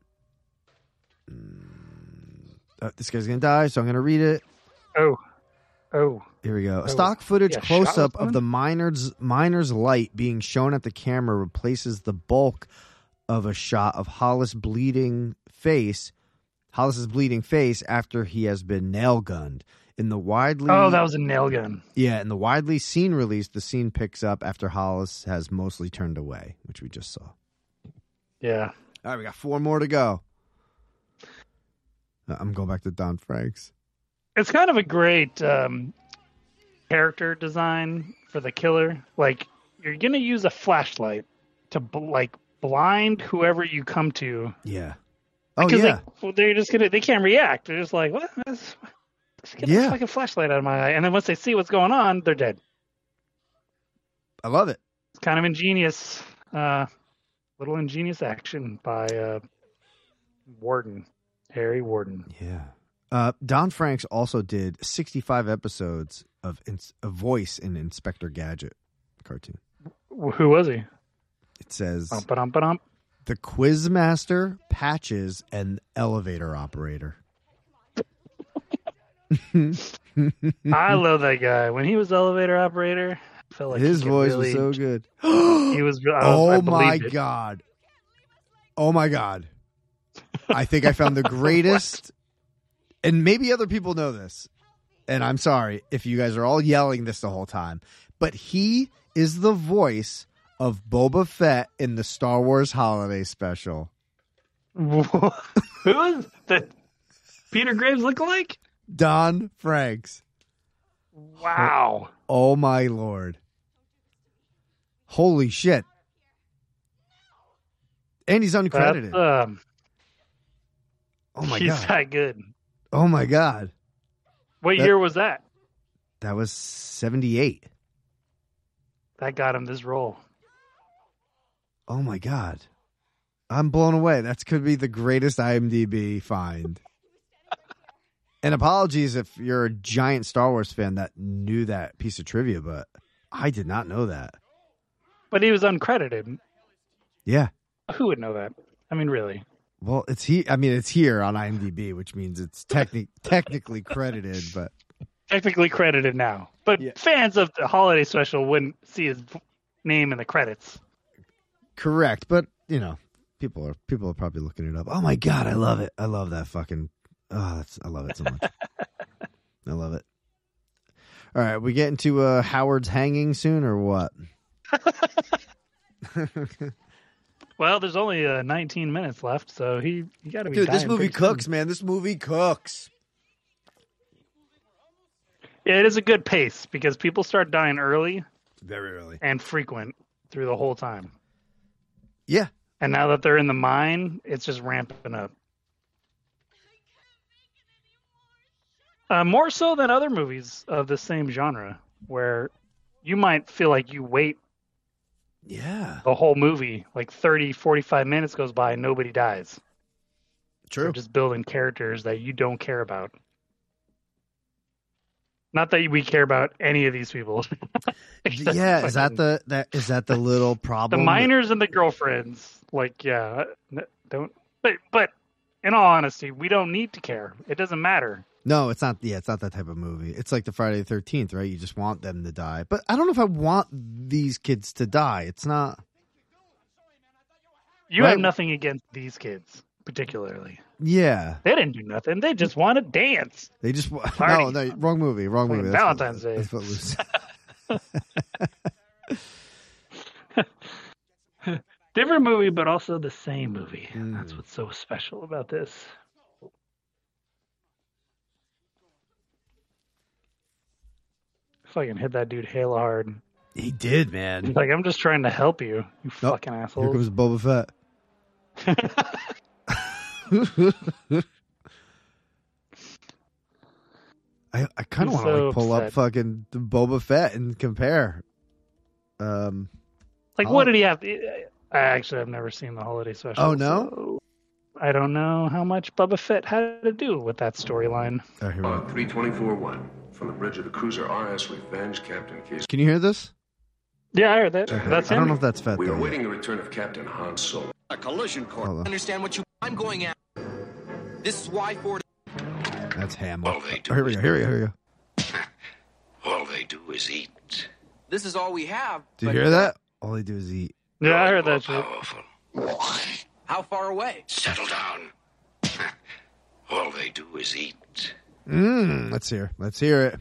mm, uh, this guy's going to die, so I'm going to read it. Oh. Oh. Here we go. A Oh, stock footage yeah, close up shotgun? of the miner's miner's light being shown at the camera replaces the bulk of a shot of Hollis bleeding face, Hollis's bleeding face after he has been nail gunned. In the widely Oh, that was a nail gun. yeah, in the widely seen release, the scene picks up after Hollis has mostly turned away, which we just saw. All Yeah. right, we got four more to go. Uh, I'm going back to Don Franks. It's kind of a great um, character design for the killer. Like you're gonna use a flashlight to bl- like blind whoever you come to Yeah. Oh because yeah. like, well, they're just gonna they can't react. They're just like what? Let's let's get Yeah. this fucking flashlight out of my eye. And then once they see what's going on, they're dead. I love it. It's kind of ingenious, uh, little ingenious action by uh, Warden Harry Warden. Yeah. Uh, Don Franks also did 65 episodes of ins- a voice in Inspector Gadget cartoon. Wh- Who was he? It says Bum, ba-dum, ba-dum. the Quizmaster, Patches, and Elevator [LAUGHS] Operator. [LAUGHS] [LAUGHS] I love that guy. When he was elevator operator, I felt like His he could voice was really, so good. [GASPS] [GASPS] He was. Um, I was- oh I my believed it. god! Oh my god! I think I found the [LAUGHS] greatest, and maybe other people know this. And I'm sorry if you guys are all yelling this the whole time, but he is the voice of Boba Fett in the Star Wars Holiday Special. [LAUGHS] Who is that? Peter Graves look like? Don Franks. Wow. Oh my lord. Holy shit. And he's uncredited. That's, um, oh my he's god. that good. Oh my god. What That- year was that? That was 78. That got him this role. Oh my god. I'm blown away. That could be the greatest IMDb find. and apologies if you're a giant Star Wars fan that knew that piece of trivia, but I did not know that. But he was uncredited. Yeah. Who would know that? I mean, really. Well, it's he I mean it's here on IMDb, which means it's techni- technically credited, but technically credited now, but Yeah. fans of the holiday special wouldn't see his v- name in the credits. Correct, but you know, people are people are probably looking it up. Oh my god, I love it! I love that fucking. Oh, that's, I love it so [LAUGHS] much. I love it. All right, we get into uh, Howard's hanging soon or what? Well, there's only uh, 19 minutes left, so he you got to be. Dude, this dying movie pretty soon. cooks, man. This movie cooks. Yeah, it is a good pace because people start dying early Very early. and frequent through the whole time. Yeah, And now that they're in the mine, it's just ramping up. Uh, more so than other movies of the same genre, where you might feel like you wait yeah. the whole movie like 30 45 minutes goes by and nobody dies True. They're just building characters that you don't care about not that we care about any of these people [LAUGHS] Except yeah, is that fucking- the that is that [LAUGHS] the little the problem? minors and the girlfriends like yeah n- don't but but in all honesty we don't need to care it doesn't matter No, it's not. Yeah, it's not that type of movie. It's like the Friday the Thirteenth, right? You just want them to die, but I don't know if I want these kids to die. It's not. you have Right. nothing against these kids particularly Yeah, they didn't do nothing they just want to dance they just wa- [LAUGHS] no, Party. no, wrong movie, wrong Fucking movie. That's what- Valentine's Day. That's what Lou [LAUGHS] said. different movie but also the same movie Mm. that's what's so special about this fucking hit that dude halo hard He did, He's man. like i'm just trying to help you you fucking Here asshole comes Boba Fett. [LAUGHS] I, I kind of want I'm to so like pull up upset. fucking the Boba Fett and compare. Um, like what did he have i actually have never seen the holiday special Oh, no? so i don't know how much bubba fett had to do with that storyline oh, here we go. Log 324-1 from the bridge of the cruiser RS Revenge, Captain Case. Can you hear this? yeah i heard that Okay. that's I him don't know if that's Fett. We are though. awaiting the return of Captain Han Solo. A collision course. Hold on. Understand what you? I'm going at. This is why Ford. That's Hamill. All they do Oh, here we go. Here we go. Here we go. All they do is eat. This is all we have. Do you but- hear that? All they do is eat. yeah i heard More that shit Powerful. How far away? Settle down. [LAUGHS] All they do is eat. Mm, let's hear. Let's hear it.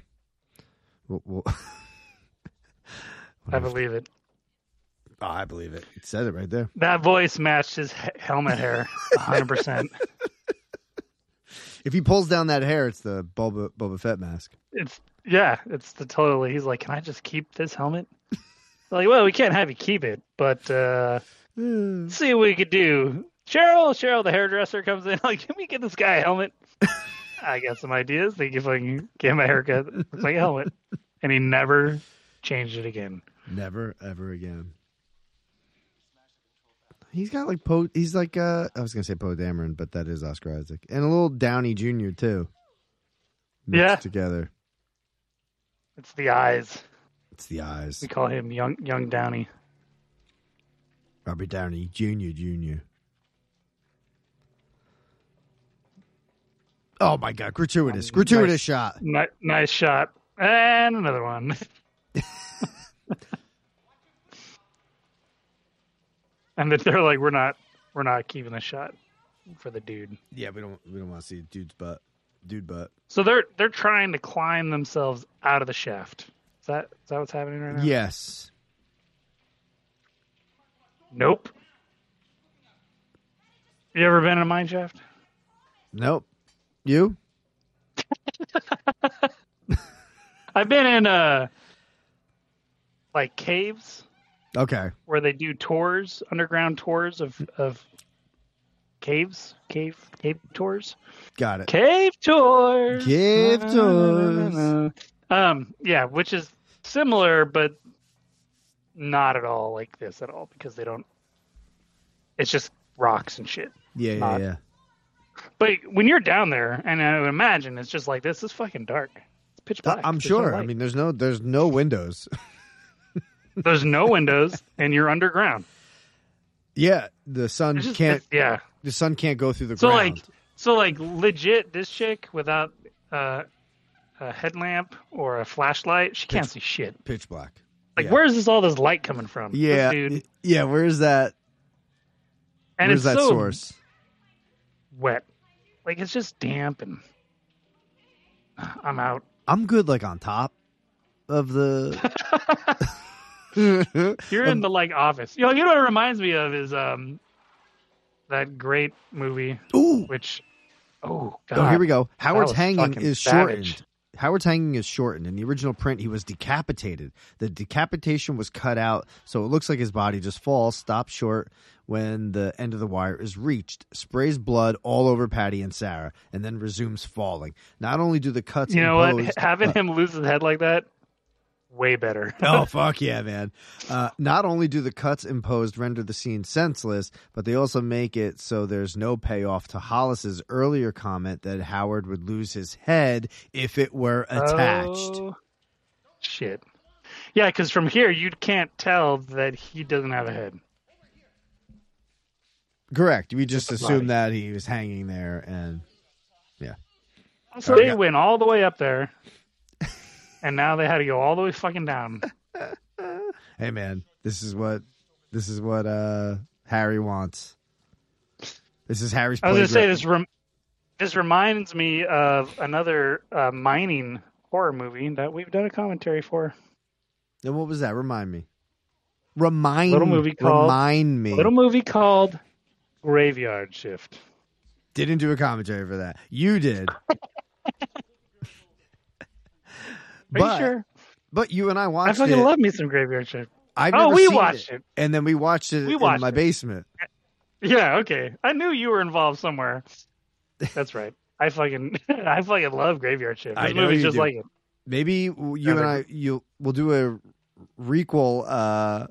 We'll- we'll- [LAUGHS] I believe it. Oh, I believe it. It said it right there. That voice matched his he- [LAUGHS] helmet hair 100%. If he pulls down that hair, it's the Boba, Boba Fett [SIGHS] mask. it's, yeah, it's the totally. He's like, can I just keep this helmet? like, well, we can't have you keep it, but uh, Mm. let's see what we could do. Cheryl, Cheryl, the hairdresser comes in. [LAUGHS] Like, can we get this guy a helmet? I got some ideas. Think if I can get my haircut, that looks like a helmet. And he never changed it again. Never ever again. He's got like Poe. He's like uh, I was gonna say Poe Dameron, but that is Oscar Isaac, and a little Downey Jr. too. Mixed Yeah. together. It's the eyes. It's the eyes. We call him Young Young Downey. Robert Downey Jr. Jr. Oh my God! Gratuitous, gratuitous nice. shot. Ni- nice shot. And another one. [LAUGHS] and then they're like, we're not, we're not keeping the shot for the dude. Yeah, we don't we don't want to see dude's butt, dude butt. So they're they're trying to climb themselves out of the shaft. Is that is that what's happening right now? Yes, Nope. You ever been in a mine shaft? nope. You? I've been in uh like caves Okay. where they do tours, underground tours of of caves, cave cave tours. Got it. Cave tours. Cave Na, na, na, tours. na, na. Um, yeah, which is similar, but not at all like this at all because they don't. It's just rocks and shit. Yeah, yeah, Not- yeah. But when you're down there, and I would imagine it's just like this is fucking dark. It's pitch black. Uh, I'm There's no sure. I light. mean, there's no there's no windows. [LAUGHS] there's no windows, and you're underground. yeah, the sun It's just, can't it's- yeah. the sun can't go through the So ground. like, so like legit, this chick without uh, a headlamp or a flashlight, she can't see shit. pitch black. Like, Yeah. where's this all this light coming from? This Yeah, dude. yeah. Where's that? And where's it's that so source? wet. Like it's just damp and uh, I'm out. I'm good, like on top of [LAUGHS] the. You're in the like office. You know, you know what it reminds me of is um that great movie [LAUGHS] Ooh, which oh god. oh, here we go. That Howard's was hanging fucking is savage. shortened. Howard's hanging is shortened. In the original print, he was decapitated. The decapitation was cut out, so it looks like his body just falls, stops short when the end of the wire is reached, sprays blood all over Patty and Sarah, and then resumes falling. Not only do the cuts, You know what? imposed- [LAUGHS] Having uh, him lose his head like that, way better. [LAUGHS] oh fuck yeah, man! Uh, not only do the cuts imposed render the scene senseless, but they also make it so there's no payoff to Hollis's earlier comment that Howard would lose his head if it were attached. [LAUGHS] Oh, shit. Yeah, because from here you can't tell that he doesn't have a head. Correct. We just Just a assumed body. that he was hanging there, and So Okay. they went all the way up there, and now they had to go all the way fucking down. hey, man, this is what this is what uh Harry wants. This is Harry's. I was going to say playground. this. Rem- this reminds me of another uh, mining horror movie that we've done a commentary for. And what was that? Remind me. Remind Little movie called- Remind A me. little movie called Graveyard Shift. Didn't do a commentary for that. You did. Are but, you sure? But you and I watched I fucking it. love me some Graveyard Shift. I've Oh, never we seen watched it. it. and then we watched it We in watched my it. basement. Yeah, okay. I knew you were involved somewhere. That's right. I fucking [LAUGHS] I fucking love Graveyard Shift. I This know movie's you just do. like it. Maybe w- you Yeah, and they- I you we'll do a requel uh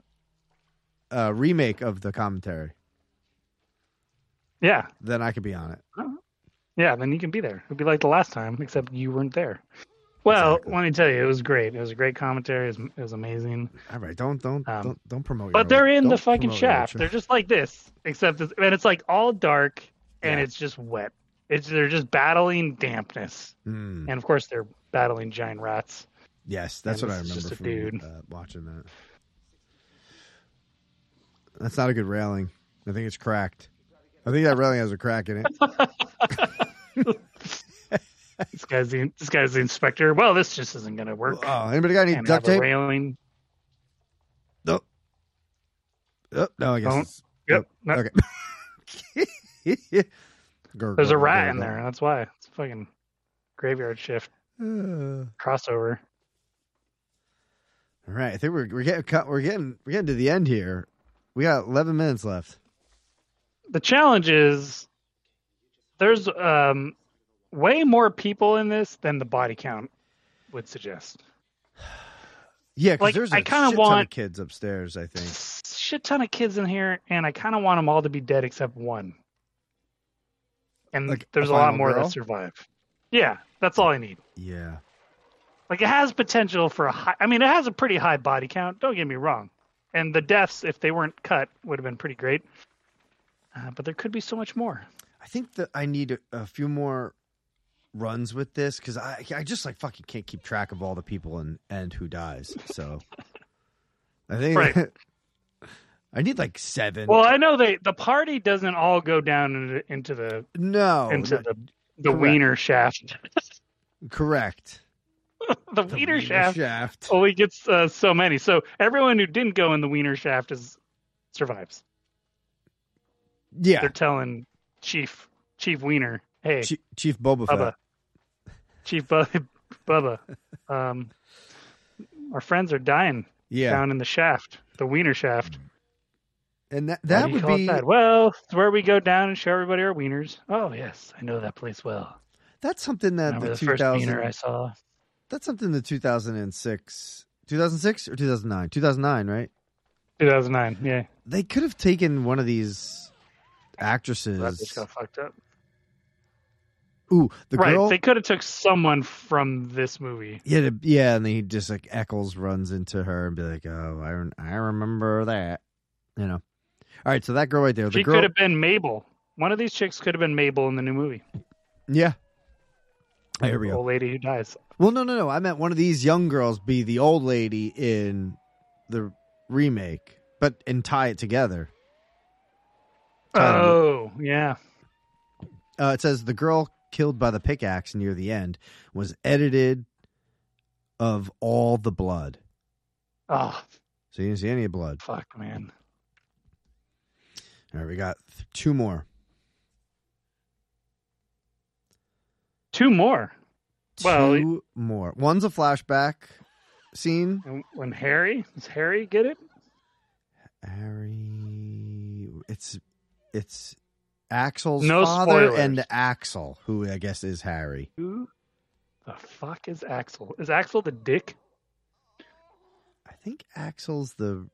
uh remake of the commentary. Yeah. Then I could be on it. Yeah, then you can be there. It'd be like the last time, except you weren't there. Well, Exactly. let me tell you, it was great. It was a great commentary. It was, it was amazing. All right, don't don't Um, don't don't promote. But your they're own- in the don't fucking promote your own shaft. show. They're just like this, except it's, and it's like all dark and Yeah. it's just wet. It's they're just battling dampness, Mm, and of course they're battling giant rats. yes, that's and what I this remember is just a from dude. Uh, watching that. That's not a good railing. I think it's cracked. I think that railing has a crack [LAUGHS] in it. Oh, This guy's the this guy's the inspector. Well, this just isn't gonna work. Oh, anybody got any Can't duct have a tape? railing. Oh, no, I guess. Don't. it's- Yep. No, Okay. [LAUGHS] Gurgle, There's a rat in there. gurgle. That's why. It's fucking graveyard shift Uh, crossover. [SIGHS] all right, I think we're we're getting cut. We're getting we're getting to the end here. We got 11 minutes left. The challenge is there's um way more people in this than the body count would suggest. Yeah, because Like, there's a I shit kinda ton of want- kids upstairs. I think. Shit ton of kids in here, and I kind of want them all to be dead except one. And Like, there's a a lot final more girl? that survive. Yeah, that's all I need. Yeah. Like it has potential for a high. I mean, it has a pretty high body count. Don't get me wrong. And the deaths, if they weren't cut, would have been pretty great. Uh, but there could be so much more. I think that I need a, a few more runs with this because I I just like fucking can't keep track of all the people and and who dies. So I think Right. [LAUGHS] I need like seven. Well, I know they the party doesn't all go down into, into the Oh, no, into not- the the correct. wiener shaft. [LAUGHS] correct. the, The wiener wiener shaft only gets uh, so many. So everyone who didn't go in the wiener shaft is survives. Yeah, They're telling Chief Chief Wiener, hey Chi- Chief uh, Boba Fett. Bubba, Chief Bubba, [LAUGHS] Bubba, um, our friends are dying. Yeah, down in the shaft, the wiener shaft. and that Why do that you would call it be that? well, it's where we go down and show everybody our wieners. Oh yes, I know that place well. that's something that Remember the the two first wiener thousand I saw? that's something the two thousand and six. 2006 or 2009? 2009, right? 2009. Yeah, They could have taken one of these that actresses. just got fucked up. Ooh, the right, girl. they could have took someone from this movie. Yeah, the- yeah, and then he just like Eccles runs into her and be like, "Oh, I rem- I remember that," you know. All right, so that girl right there, the she girl, could have been Mabel. One of these chicks could have been Mabel in the new movie. yeah. Oh, here we The go. old lady who dies. Well, no, no, no. I meant one of these young girls be the old lady in the remake, but and tie it together. Kinda. Oh yeah, Uh, it says the girl killed by the pickaxe near the end was edited of all the blood, oh so you didn't see any blood. fuck, man. All right, we got th- two more. Two more. Well, two more. One's a flashback scene. And when Harry does Harry get it? Harry. It's it's Axel's No father spoilers. and Axel, who I guess is Harry. Who the fuck is Axel? Is Axel the dick? I think Axel's the.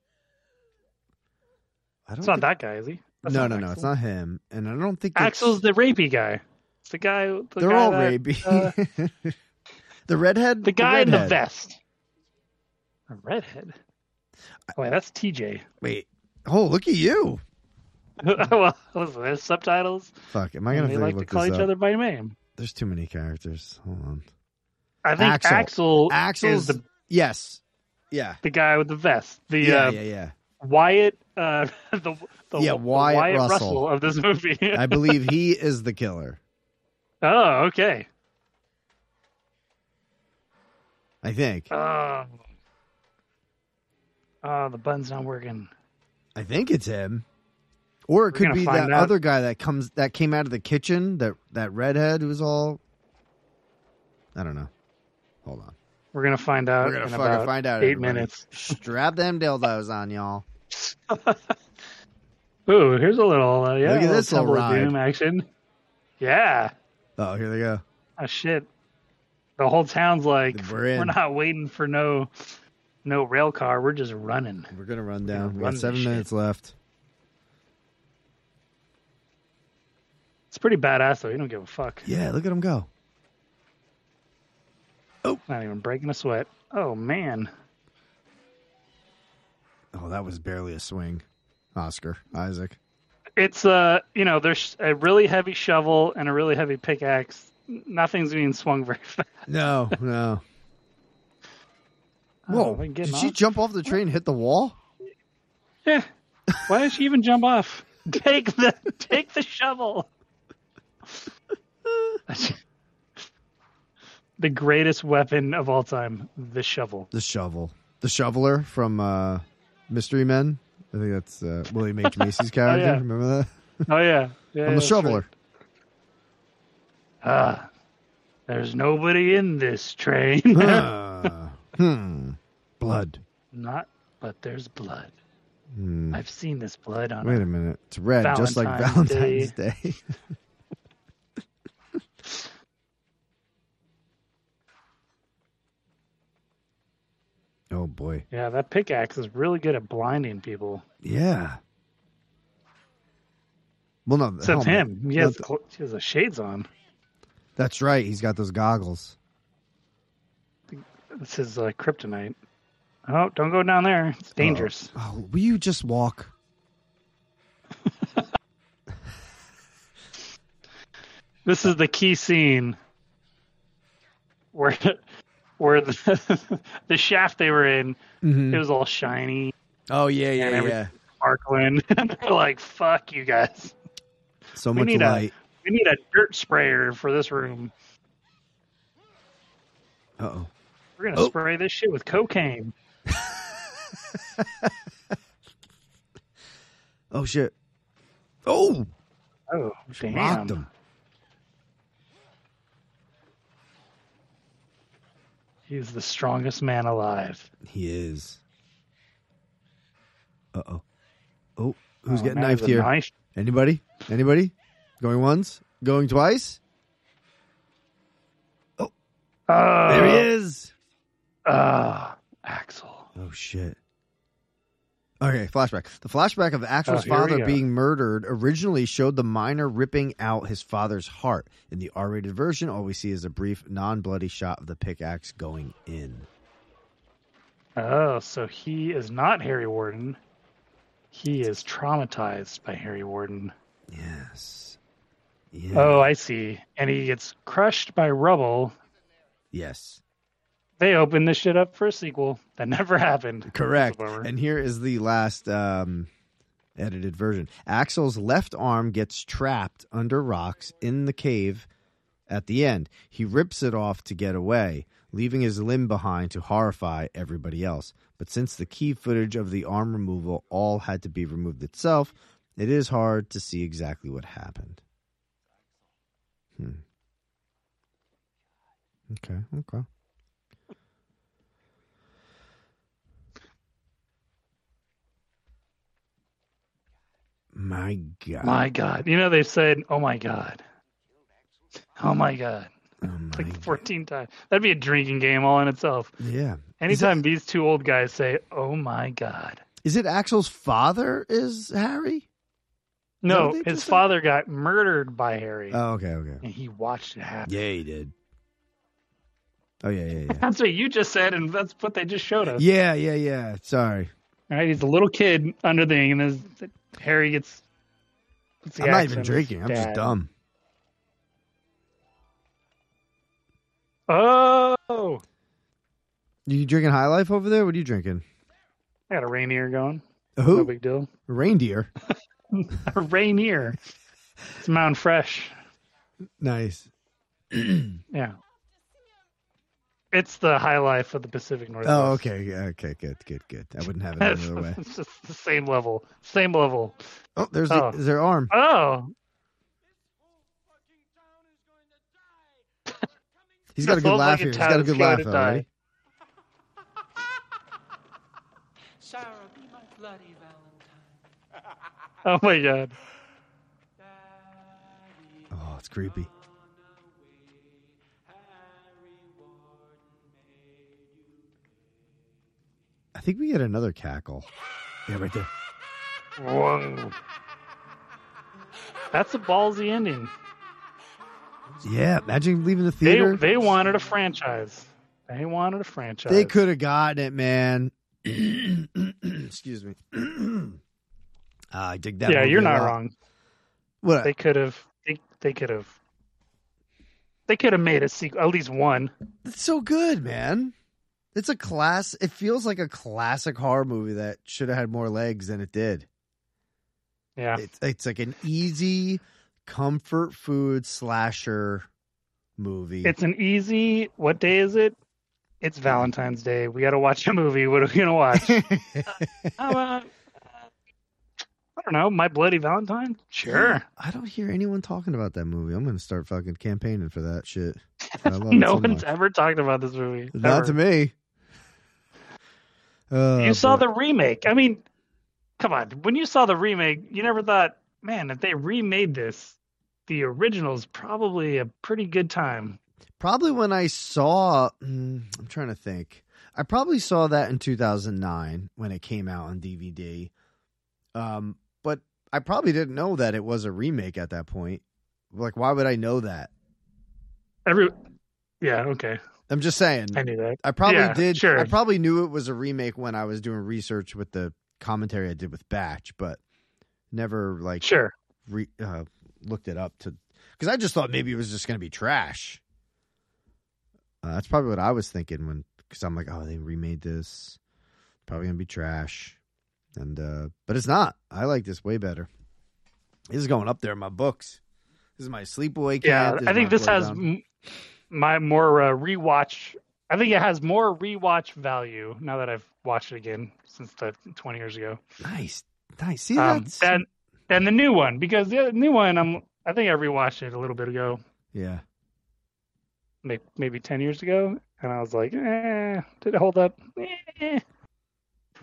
I don't. It's not think- that guy, is he? That's no, not no, no. Axel. It's not him, and I don't think it's- Axel's the rapey guy. It's the guy. The They're guy all that- rabid. uh, [LAUGHS] the redhead. the guy in the redhead. vest. A redhead. Wait, that's TJ. Wait. Oh, look at you! [LAUGHS] well, listen, there's subtitles. Fuck. Am I And gonna they have to like to look call this each up? other by name. There's too many characters. Hold on. I think Axel. Axel, Axel's is the, yes. Yeah. the guy with the vest. The yeah. uh, Yeah. Yeah. Wyatt. Uh, [LAUGHS] the, the Yeah, the Wyatt Russell. Russell. of [LAUGHS] this movie. I believe he is the killer. [LAUGHS] oh, okay. I think. Oh. Oh, the button's not working. I think it's him. Or it could gonna be that find out. other guy that comes that came out of the kitchen, that that redhead who was all I don't know. Hold on. We're gonna find out We're gonna in fucking about find out, eight everybody. minutes. [LAUGHS] Strap them dildos on y'all. Ooh, here's a little uh, yeah, Look at little this little Temple of ride. Doom action. Yeah. Oh, here they go. Oh shit. The whole town's like We're in. we're not waiting for no no rail car. We're just running. We're gonna run down. We got run this seven shit. minutes left. It's pretty badass though. You don't give a fuck. Yeah, look at them go. Not even breaking a sweat. Oh man. Oh, that was barely a swing. Oscar Isaac. it's uh you know there's a really heavy shovel and a really heavy pickaxe nothing's being swung very [LAUGHS] fast No, [LAUGHS] no. Oh, Whoa! we're Did getting she off. jump off the train and hit the wall? yeah why did she even jump off take the take the shovel. [LAUGHS] the greatest weapon of all time, the shovel. The shovel, the shoveler from uh, Mystery Men. I think that's uh, William [LAUGHS] H Macy's character. yeah. Remember that? Oh yeah, yeah I'm yeah, the that's shoveler. right. [LAUGHS] Ah, there's nobody in this [LAUGHS] train. [LAUGHS] Ah, hmm. Blood. Not, but there's blood. Hmm. I've seen this blood on. Wait a minute. It's red, just like Valentine's Valentine's Day. [LAUGHS] oh boy. Yeah, that pickaxe is really good at blinding people. Yeah. Well, no. the Except helmet. him. He No, has, th- cl- he has the shades on. that's right. He's got those goggles. This is uh, kryptonite. Oh, don't go down there. It's dangerous. Oh, will you just walk? This is the key scene where [LAUGHS] where the, [LAUGHS] the shaft they were in, it was all shiny, Oh yeah, yeah, And every- sparkling. [LAUGHS] And they're like, fuck you guys. So We much need light. a we need a dirt sprayer for this room. Uh oh. We're gonna spray this shit with cocaine. Oh shit. Oh, Oh, damn. rocked him. He's the strongest man alive. He is. Uh oh. Oh, who's Oh, getting man, knifed the here? knife- Anybody? Anybody? Going once? Going twice? Oh, there he is. Oh, Axel. Oh shit. Okay, flashback. The flashback of Oh, Axel's here we father go. being murdered originally showed the miner ripping out his father's heart. In the R-rated version, all we see is a brief, non-bloody shot of the pickaxe going in. Oh, so he is not Harry Warden. He is traumatized by Harry Warden. Yes. Yeah. Oh, I see. And he gets crushed by rubble. Yes. They opened this shit up for a sequel that [LAUGHS] never happened. Correct. That's a bummer. And here is the last um, edited version. Axel's left arm gets trapped under rocks in the cave at the end. He rips it off to get away, leaving his limb behind to horrify everybody else. But since the key footage of the arm removal all had to be removed itself, it is hard to see exactly what happened. Hmm. Okay, okay. My God. My God. You know, they said, oh my God. Oh my God. oh my Like 14 times. That'd be a drinking game all in itself. Yeah. Is it- Anytime these two old guys say, oh my God. Is it Axel's father is Harry? No, What did they his just say? father got murdered by Harry, Oh, okay, okay. and he watched it happen. Yeah, he did. Oh yeah, yeah, yeah. That's what you just said, and that's what they just showed us. yeah, yeah, yeah. Sorry. All right, he's a little kid under the thing, and then Harry gets. puts the I'm not axe even on his drinking. I'm just dad. dumb. Oh, You drinking high life over there? What are you drinking? I got a Rainier going. No Who? big deal. Reindeer. A Rainier. It's Mountain Fresh. [LAUGHS] Nice. Yeah. It's the high life of the Pacific Northwest. Oh, okay. yeah, Okay, good, good, good. I wouldn't have it That's, another way. [LAUGHS] it's just the same level. Same level. Oh, there's the, Oh. is their arm. Oh, He's got a This good whole laugh fucking here. He's town got a is good going laugh to though, die. right? Sarah, be my bloody valentine. oh my God. Oh, it's creepy. I think we get another cackle. Yeah, right there. Whoa. That's a ballsy ending. Yeah, imagine leaving the They, theater. They, they wanted a franchise. They wanted a franchise. could have gotten it, [CLEARS THROAT] man. Excuse me. [CLEARS THROAT] Ah, I dig that. yeah, movie you're a not lot. wrong. What? They could have. They, they could have. They could have made a sequel, at least one. It's so good, man. It's a class. It feels like a classic horror movie that should have had more legs than it did. Yeah. It's, it's like an easy comfort food slasher movie. [LAUGHS] It's an easy. What day is it? It's Valentine's Day. We got to watch a movie. What are we [LAUGHS] gonna watch? How about, uh, I don't know. My Bloody Valentine. Sure. I don't hear anyone talking about that movie. I'm going to start fucking campaigning for that shit. I [LAUGHS] love it no so much. one's ever talked about this movie. Not ever. to me. Oh, you saw boy. the remake. I mean, come on. When you saw the remake, you never thought, man, if they remade this, the original's probably a pretty good time. probably when I saw. mm, I'm trying to think. I probably saw that in 2009 when it came out on DVD. Um, but I probably didn't know that it was a remake at that point. Like, why would I know that? Every, yeah, okay, I'm just saying. I knew that. I probably Yeah, did. sure. I probably knew it was a remake when I was doing research with the commentary I did with Batch, but never like Sure. re, uh, looked it up to because I just thought maybe it was just going to be trash. Uh, that's probably what I was thinking when because I'm like, oh, they remade this, probably going to be trash, and uh but it's not. I like this way better. This is going up there in my books. This is my sleepaway. Yeah, camp. I is think my this has playground. m- my more uh, rewatch. I think it has more rewatch value now that I've watched it again since the 20 years ago. nice, nice. See Um, that's and and the new one because the other- new one I'm I think I rewatched it a little bit ago. yeah. may- maybe 10 years ago and i was like eh, did it hold up Eh.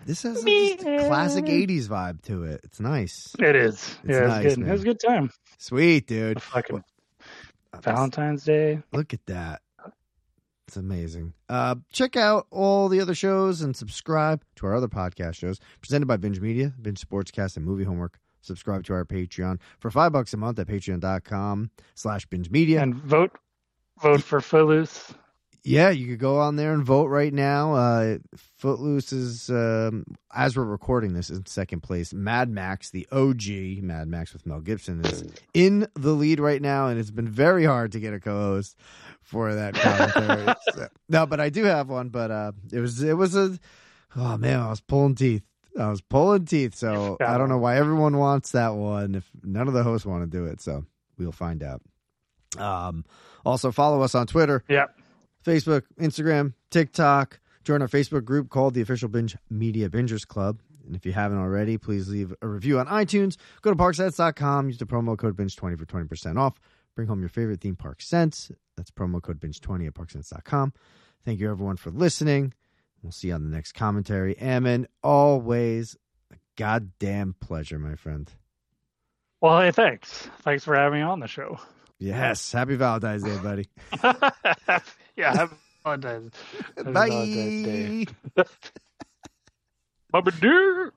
This has a just a classic Yeah. '80s vibe to it. It's nice, it is yeah it was nice, good man. it was a good time sweet, dude. A fucking Uh, valentine's day Look at that. It's amazing. Uh, check out all the other shows and subscribe to our other podcast shows presented by Binge Media, Binge Sportscast, and Movie Homework. Subscribe to our Patreon for five bucks a month at patreon.com slash binge media. and vote vote for footloose Yeah, you could go on there and vote right now. Uh, Footloose is, um, as we're recording this, in second place. Mad Max, the OG Mad Max with Mel Gibson, is in the lead right now, and it's been very hard to get a co-host for that commentary. So- no, but I do have one. But uh, it was it was a oh man, I was pulling teeth. I was pulling teeth. So Yeah. I don't know why everyone wants that one. If none of the hosts want to do it, so we'll find out. Um, also follow us on Twitter. yeah Facebook, Instagram, TikTok. Join our Facebook group called the Official Binge Media Bingers Club. And if you haven't already, please leave a review on iTunes. Go to parksets.com, use the promo code binge20 for 20% off. Bring home your favorite theme park scents. That's promo code binge20 at parkscents.com. Thank you everyone for listening. We'll see you on the next commentary. Ammon, always a goddamn pleasure, my friend. well hey thanks thanks for having me on the show [LAUGHS] Yes. Happy Valentine's Day, buddy. yeah happy valentine's Happy Valentine's Day. Bye. Bye-bye.